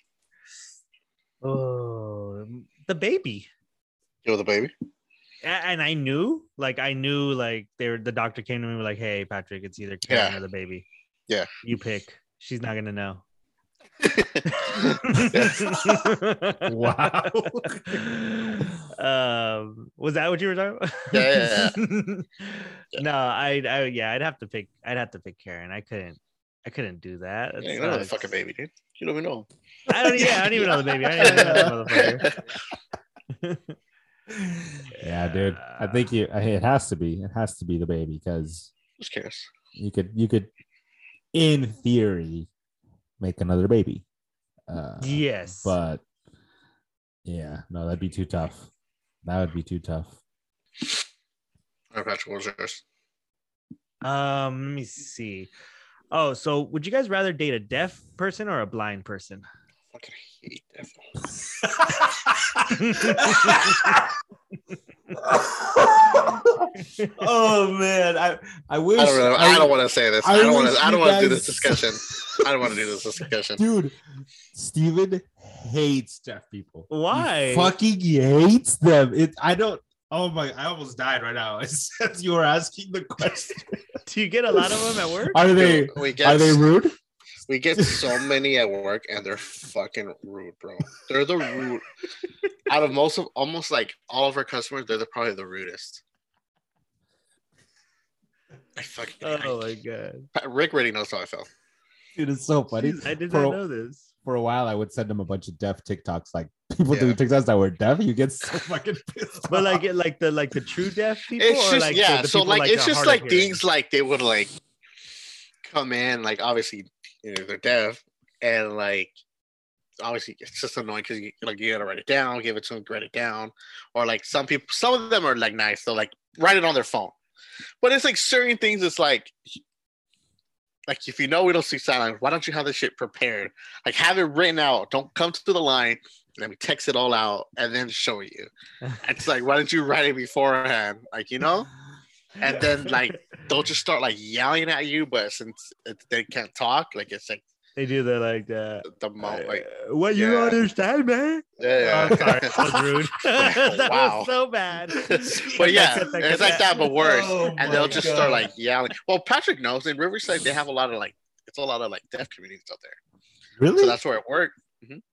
[SPEAKER 4] Oh, the baby.
[SPEAKER 3] Give the baby.
[SPEAKER 4] A- And I knew, like, I knew, like, they were, the doctor came to me like, "Hey, Patrick, it's either Karen
[SPEAKER 3] Yeah.
[SPEAKER 4] or the baby.
[SPEAKER 3] Yeah.
[SPEAKER 4] you pick. She's not gonna know."
[SPEAKER 2] Wow.
[SPEAKER 4] um, was that what you were talking about?
[SPEAKER 3] Yeah,
[SPEAKER 4] no, I, I, yeah, I'd have to pick. I'd have to pick Karen. I couldn't. I couldn't do that. That
[SPEAKER 3] Yeah, you don't know the
[SPEAKER 4] sucks.
[SPEAKER 3] fucking baby, dude. You don't even know.
[SPEAKER 4] I don't. Yeah, I don't even know the baby. I don't even know that motherfucker.
[SPEAKER 2] yeah, dude. I think you. I- It has to be. It has to be the baby because
[SPEAKER 3] Just curious.
[SPEAKER 2] you could. You could, in theory, make another baby. Uh,
[SPEAKER 4] yes,
[SPEAKER 2] But yeah, no, that'd be too tough. That would be too tough.
[SPEAKER 3] Or Patrick what was yours.
[SPEAKER 4] um, let me see. Oh, so would you guys rather date a deaf person or a blind person?
[SPEAKER 3] Fucking hate that.
[SPEAKER 2] oh man, I I wish
[SPEAKER 3] I don't know. I don't want to say this. I, don't want
[SPEAKER 2] wish
[SPEAKER 3] to. I
[SPEAKER 2] you
[SPEAKER 3] don't want to do this
[SPEAKER 2] guys-
[SPEAKER 3] discussion. I don't want to do this discussion.
[SPEAKER 2] dude. Steven hates deaf people. He
[SPEAKER 4] Why?
[SPEAKER 2] fucking hates them. It. I don't. Oh my! I almost died right now. As you were asking the question,
[SPEAKER 4] Do you get a lot of them at work?
[SPEAKER 2] are they
[SPEAKER 3] Dude, we get
[SPEAKER 2] are they rude?
[SPEAKER 3] we get so many at work, and they're fucking rude, bro. They're the rude. Out of most of almost like all of our customers, they're the, probably the rudest. I fucking
[SPEAKER 4] Oh my god,
[SPEAKER 3] I- Rick already knows how I feel.
[SPEAKER 2] Dude, it's so funny.
[SPEAKER 4] Jeez, I did
[SPEAKER 2] for,
[SPEAKER 4] not know this.
[SPEAKER 2] for a while, I would send them a bunch of deaf TikToks. Like people
[SPEAKER 3] Yeah.
[SPEAKER 2] doing TikToks that were deaf, you get so fucking pissed.
[SPEAKER 4] But like,
[SPEAKER 2] off.
[SPEAKER 4] it- like the like the true deaf people.
[SPEAKER 3] It's
[SPEAKER 4] or
[SPEAKER 3] just
[SPEAKER 4] like the-
[SPEAKER 3] yeah.
[SPEAKER 4] the
[SPEAKER 3] so
[SPEAKER 4] people,
[SPEAKER 3] like, it's
[SPEAKER 4] the
[SPEAKER 3] just
[SPEAKER 4] hard of
[SPEAKER 3] like
[SPEAKER 4] hearing?
[SPEAKER 3] things like they would like come in like obviously you know they're deaf and like obviously it's just annoying because you like you gotta write it down, give it to them, write it down, or like some people some of them are like nice they'll like write it on their phone, but it's like certain things it's like. Like if you know we don't see sign language, why don't you have this shit prepared? Like have it written out. Don't come to the line. Let me text it all out and then show you. It's like why don't you write it beforehand? Like you know and then like they'll just start like yelling at you, but since it, they can't talk, like it's like
[SPEAKER 4] they do the like the
[SPEAKER 3] the moment, like
[SPEAKER 4] uh, what you
[SPEAKER 3] yeah.
[SPEAKER 4] understand, man.
[SPEAKER 3] yeah.
[SPEAKER 4] Oh, I'm sorry, that was rude. that
[SPEAKER 3] Wow.
[SPEAKER 4] was so bad.
[SPEAKER 3] but yeah,
[SPEAKER 4] Cut that, cut that,
[SPEAKER 3] it's
[SPEAKER 4] cut
[SPEAKER 3] like that, but worse.
[SPEAKER 2] Oh
[SPEAKER 3] and
[SPEAKER 2] my
[SPEAKER 3] they'll just
[SPEAKER 2] God.
[SPEAKER 3] start like yelling. Well, Patrick knows in Riverside they have a lot of like it's a lot of like deaf communities out there, so
[SPEAKER 2] really?
[SPEAKER 3] that's where it worked. There's a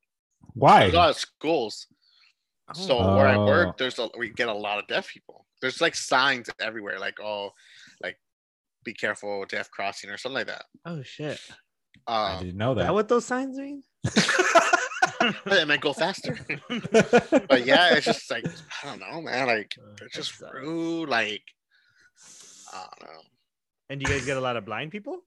[SPEAKER 2] Why?
[SPEAKER 3] lot of schools. So
[SPEAKER 4] Oh.
[SPEAKER 3] where I
[SPEAKER 2] Oh.
[SPEAKER 3] work, there's a we get a lot of deaf people. There's like signs everywhere, like oh, like be careful death crossing or something like that.
[SPEAKER 4] Oh shit!
[SPEAKER 2] I
[SPEAKER 3] Um,
[SPEAKER 2] didn't know
[SPEAKER 4] Is that
[SPEAKER 2] that.
[SPEAKER 4] what those signs mean?
[SPEAKER 3] it might go faster. but yeah, it's just like I don't know, man. Like they're
[SPEAKER 4] That
[SPEAKER 3] just
[SPEAKER 4] sucks.
[SPEAKER 3] rude. Like I don't know.
[SPEAKER 4] And do you guys get a lot of blind people?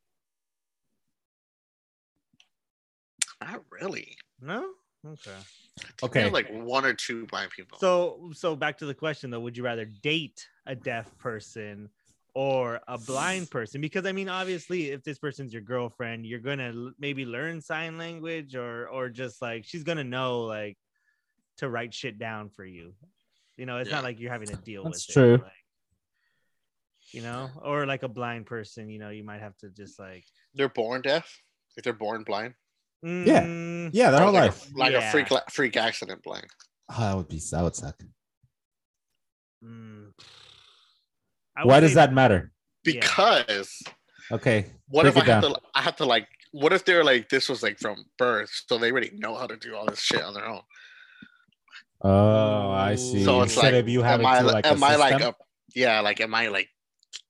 [SPEAKER 3] Not really.
[SPEAKER 4] No. Okay.
[SPEAKER 3] I think
[SPEAKER 2] Okay.
[SPEAKER 3] we have, like one or two blind people.
[SPEAKER 4] So so back to the question though, would you rather date a deaf person or a blind person? Because I mean, obviously, if this person's your girlfriend, you're gonna l- maybe learn sign language or or just like she's gonna know like to write shit down for you. You know, it's
[SPEAKER 3] Yeah.
[SPEAKER 4] not like you're having to deal
[SPEAKER 2] That's
[SPEAKER 4] with
[SPEAKER 2] true.
[SPEAKER 4] it. like, you know, or like a blind person, you know, you might have to just like
[SPEAKER 3] they're born deaf. Like they're born blind.
[SPEAKER 4] mm,
[SPEAKER 2] yeah, their
[SPEAKER 3] Or
[SPEAKER 2] whole
[SPEAKER 3] like
[SPEAKER 2] life.
[SPEAKER 3] A, like
[SPEAKER 4] Yeah.
[SPEAKER 3] a freak li- freak accident blind.
[SPEAKER 2] Oh, that would be that would suck.
[SPEAKER 4] mm. I would
[SPEAKER 2] Why does
[SPEAKER 4] say-
[SPEAKER 2] that matter?
[SPEAKER 4] Yeah.
[SPEAKER 3] Because
[SPEAKER 2] Okay,
[SPEAKER 3] what
[SPEAKER 2] Break
[SPEAKER 3] if I
[SPEAKER 2] it
[SPEAKER 3] have
[SPEAKER 2] down.
[SPEAKER 3] to I have to like what if they're like this was like from birth, so they already know how to do all this shit on their own.
[SPEAKER 2] Oh, I see.
[SPEAKER 3] So it's
[SPEAKER 2] Instead
[SPEAKER 3] like,
[SPEAKER 2] of you having
[SPEAKER 3] am I
[SPEAKER 2] to like,
[SPEAKER 3] am
[SPEAKER 2] a
[SPEAKER 3] I like
[SPEAKER 2] system?
[SPEAKER 3] a yeah, like am I like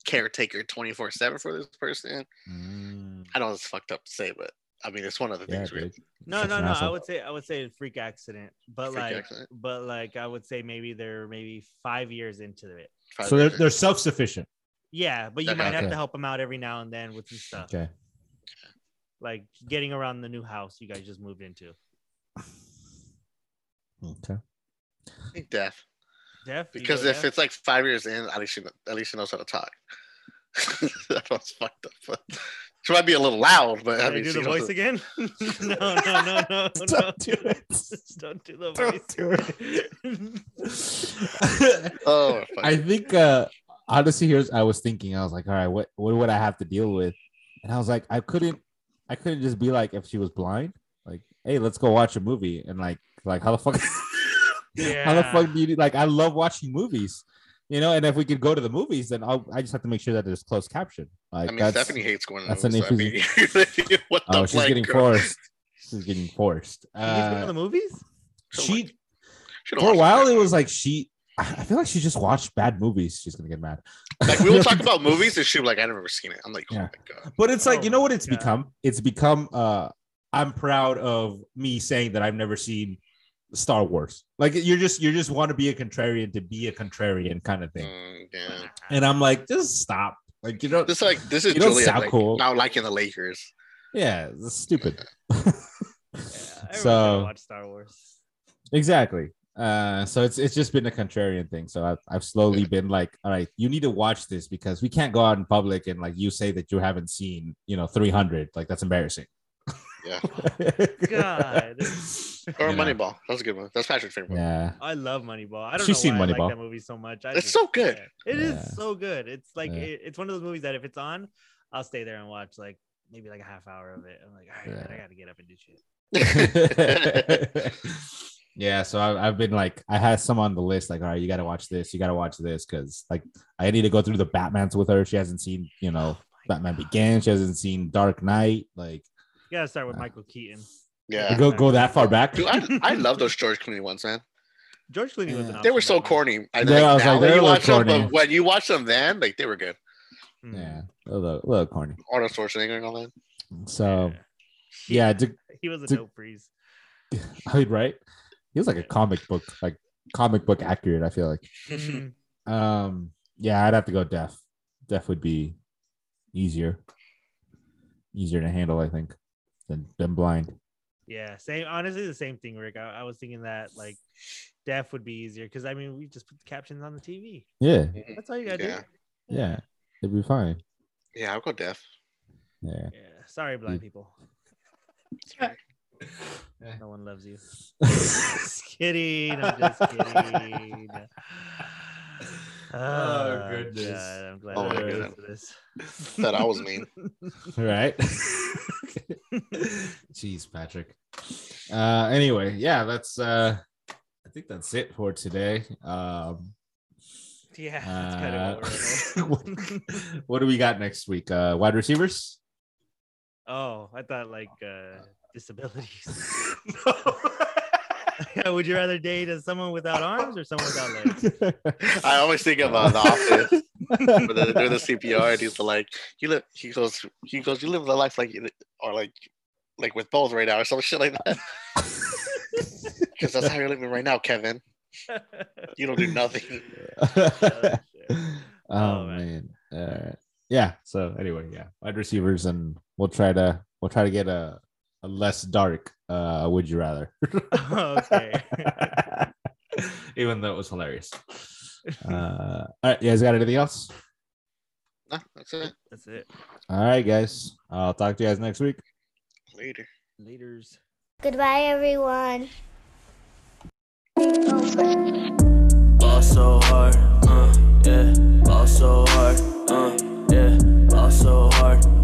[SPEAKER 3] caretaker 24-7 for this person?
[SPEAKER 2] Mm,
[SPEAKER 3] I know it's fucked up to say, but I mean it's one of the
[SPEAKER 2] yeah,
[SPEAKER 3] things we
[SPEAKER 2] dude.
[SPEAKER 4] No,
[SPEAKER 2] Such
[SPEAKER 4] no,
[SPEAKER 2] an
[SPEAKER 4] no. I
[SPEAKER 2] asshole.
[SPEAKER 4] would say I would say a freak accident, but
[SPEAKER 3] Freak
[SPEAKER 4] like,
[SPEAKER 3] accident.
[SPEAKER 4] but like, I would say maybe they're maybe five years into it.
[SPEAKER 3] five
[SPEAKER 2] So they're
[SPEAKER 3] years.
[SPEAKER 2] they're self sufficient.
[SPEAKER 4] Yeah, but you might have
[SPEAKER 2] Okay.
[SPEAKER 4] to help them out every now and then with some stuff,
[SPEAKER 2] Okay.
[SPEAKER 4] like getting around the new house you guys just moved into. Oh,
[SPEAKER 2] Okay.
[SPEAKER 3] I think deaf.
[SPEAKER 4] Deaf you
[SPEAKER 3] Because
[SPEAKER 4] go
[SPEAKER 3] if
[SPEAKER 4] deaf?
[SPEAKER 3] it's like five years in, at least she, at least she knows how to talk. that was fucked up. She might be a little loud, but I
[SPEAKER 4] Can I
[SPEAKER 3] mean,
[SPEAKER 4] do
[SPEAKER 3] she
[SPEAKER 4] the
[SPEAKER 3] knows
[SPEAKER 4] voice
[SPEAKER 3] how-
[SPEAKER 4] again? no, no, no, no, no.
[SPEAKER 2] Don't do it.
[SPEAKER 4] Just don't do the
[SPEAKER 2] Don't
[SPEAKER 4] voice.
[SPEAKER 2] do
[SPEAKER 3] Oh, fuck.
[SPEAKER 2] I think uh honestly here's I was thinking, I was like, all right, what what would I have to deal with? And I was like, I couldn't I couldn't just be like if she was blind, like, hey, let's go watch a movie and like like how the fuck how the
[SPEAKER 4] Yeah.
[SPEAKER 2] fuck do you like I love watching movies. You know, and if we could go to the movies, then I'll, I just have to make sure that there's closed caption. Like
[SPEAKER 3] I mean,
[SPEAKER 2] that's
[SPEAKER 3] Stephanie uh, hates going. to
[SPEAKER 2] that's
[SPEAKER 3] movies,
[SPEAKER 2] an
[SPEAKER 3] so I mean, what the
[SPEAKER 2] oh, she's
[SPEAKER 3] fuck,
[SPEAKER 2] getting
[SPEAKER 3] girl?
[SPEAKER 2] forced. She's getting forced.
[SPEAKER 4] Can you go to
[SPEAKER 2] Uh,
[SPEAKER 4] the movies?
[SPEAKER 2] she
[SPEAKER 3] She don't
[SPEAKER 2] for a
[SPEAKER 3] watch
[SPEAKER 2] while
[SPEAKER 3] movies.
[SPEAKER 2] it was like she. I I feel like she just watched bad movies. She's gonna get mad.
[SPEAKER 3] like we will talk about movies, and she would be like, "I've never seen it." I'm like, "Oh
[SPEAKER 2] Yeah.
[SPEAKER 3] my god."
[SPEAKER 2] But it's like,
[SPEAKER 4] Oh
[SPEAKER 2] you know
[SPEAKER 4] my
[SPEAKER 2] what it's
[SPEAKER 4] God.
[SPEAKER 2] become? It's become uh I'm proud of me saying that I've never seen Star Wars. Like you're just you just want to be a contrarian to be a contrarian kind of thing.
[SPEAKER 3] Mm, yeah.
[SPEAKER 2] And I'm like, just stop. Like you know,
[SPEAKER 3] This like this is
[SPEAKER 2] You don't
[SPEAKER 3] Julia
[SPEAKER 2] sound
[SPEAKER 3] like,
[SPEAKER 2] cool.
[SPEAKER 3] not liking the Lakers.
[SPEAKER 2] yeah, it's stupid.
[SPEAKER 4] Yeah, so
[SPEAKER 2] so
[SPEAKER 4] watch Star Wars.
[SPEAKER 2] exactly. Uh so it's it's just been a contrarian thing. So I've I've slowly
[SPEAKER 3] Yeah.
[SPEAKER 2] been like, all right, you need to watch this because we can't go out in public and like you say that you haven't seen, you know, 300. Like that's embarrassing.
[SPEAKER 3] Yeah.
[SPEAKER 4] God.
[SPEAKER 3] Or
[SPEAKER 2] You know.
[SPEAKER 3] Moneyball. That was a good one. That's Patrick's favorite. one.
[SPEAKER 2] Yeah.
[SPEAKER 4] I love Moneyball. I don't
[SPEAKER 2] She's
[SPEAKER 4] know
[SPEAKER 2] seen
[SPEAKER 4] why I
[SPEAKER 2] Moneyball.
[SPEAKER 4] like that movie so much. I
[SPEAKER 3] It's
[SPEAKER 4] just-
[SPEAKER 3] so good.
[SPEAKER 4] yeah. It is
[SPEAKER 2] Yeah.
[SPEAKER 4] so good. It's like
[SPEAKER 2] Yeah.
[SPEAKER 4] it- it's one of those movies that if it's on, I'll stay there and watch like maybe like a half hour of it. I'm like, all right, man,
[SPEAKER 2] Yeah.
[SPEAKER 4] I gotta get up and do shit.
[SPEAKER 2] yeah, so I, I've been like, I had some on the list, like, all right, you got to watch this, you got to watch this, because like, I need to go through the Batman's with her. She hasn't seen, you know,
[SPEAKER 4] Oh my
[SPEAKER 2] Batman
[SPEAKER 4] God.
[SPEAKER 2] Begins. She hasn't seen Dark Knight. Like,
[SPEAKER 4] You gotta start with
[SPEAKER 2] Uh,
[SPEAKER 4] Michael Keaton.
[SPEAKER 3] Yeah.
[SPEAKER 2] go go that far back.
[SPEAKER 3] Dude, I, I love those George Clooney ones, man.
[SPEAKER 4] George Clooney was
[SPEAKER 2] Yeah.
[SPEAKER 4] an
[SPEAKER 3] They were
[SPEAKER 4] awesome
[SPEAKER 3] so
[SPEAKER 4] Batman.
[SPEAKER 3] corny. I
[SPEAKER 2] Yeah,
[SPEAKER 3] think
[SPEAKER 2] I was
[SPEAKER 3] now
[SPEAKER 2] like,
[SPEAKER 3] when
[SPEAKER 2] they
[SPEAKER 3] you
[SPEAKER 2] were
[SPEAKER 3] watch them,
[SPEAKER 2] corny.
[SPEAKER 3] but when you watch them then, like they were good.
[SPEAKER 4] Mm.
[SPEAKER 2] Yeah, a little, a little corny.
[SPEAKER 3] Arnold Schwarzenegger and all that.
[SPEAKER 2] So
[SPEAKER 4] Yeah.
[SPEAKER 2] yeah, to,
[SPEAKER 4] He was a
[SPEAKER 2] To-
[SPEAKER 4] dope freeze.
[SPEAKER 2] I mean, right? He was like a comic book, like comic book accurate. I feel like.
[SPEAKER 4] Mhm.
[SPEAKER 2] Um, yeah, I'd have to go deaf. Deaf would be easier, easier to handle, I think, than than blind.
[SPEAKER 4] yeah, same honestly the same thing, Rick. I, I was thinking that like deaf would be easier because I mean we just put the captions on the TV.
[SPEAKER 2] Yeah,
[SPEAKER 4] That's all you gotta
[SPEAKER 3] Yeah.
[SPEAKER 4] do.
[SPEAKER 2] yeah, it'd be fine.
[SPEAKER 3] Yeah, I'll go deaf.
[SPEAKER 2] Yeah.
[SPEAKER 4] Yeah. Sorry, blind
[SPEAKER 2] Mm.
[SPEAKER 4] people.
[SPEAKER 3] Sorry.
[SPEAKER 4] No one loves you. just kidding. I'm just kidding. Ah,
[SPEAKER 2] Oh, goodness.
[SPEAKER 4] God, I'm glad
[SPEAKER 3] Oh, my
[SPEAKER 4] I didn't
[SPEAKER 3] God.
[SPEAKER 4] listen to this.
[SPEAKER 3] That I was mean.
[SPEAKER 2] right. Jeez, Patrick. Uh, anyway, yeah, that's. Uh, I think that's it for today. Um,
[SPEAKER 4] Yeah, that's
[SPEAKER 2] uh,
[SPEAKER 4] kind of what we're
[SPEAKER 2] what, uh, what do we got next week? Uh, wide receivers.
[SPEAKER 4] Oh, I thought like uh, disabilities. Yeah, Would you rather date as someone without arms or someone without legs?
[SPEAKER 3] I always think of uh, the office. But they're doing the CPR, and he's like, "You live." He goes, "He goes, you live the life like, you- or like, like with both right now, or some shit like that." Because that's how you're living right now, Kevin. You don't do nothing.
[SPEAKER 2] oh,
[SPEAKER 4] Oh,
[SPEAKER 2] man.
[SPEAKER 4] man.
[SPEAKER 2] Uh, yeah. So anyway, yeah, wide receivers, and we'll try to we'll try to get a, a less dark. Uh, would you rather?
[SPEAKER 4] Oh, okay.
[SPEAKER 2] Even though it was hilarious. Uh, all right, you guys got anything else?
[SPEAKER 3] No, that's it.
[SPEAKER 4] That's it.
[SPEAKER 2] All right, guys. I'll talk to you guys next week.
[SPEAKER 3] Later.
[SPEAKER 4] Laters.
[SPEAKER 5] Goodbye, everyone.
[SPEAKER 6] Ball so hard, uh, yeah. Ball so hard, uh, yeah. Ball so hard, uh, uh,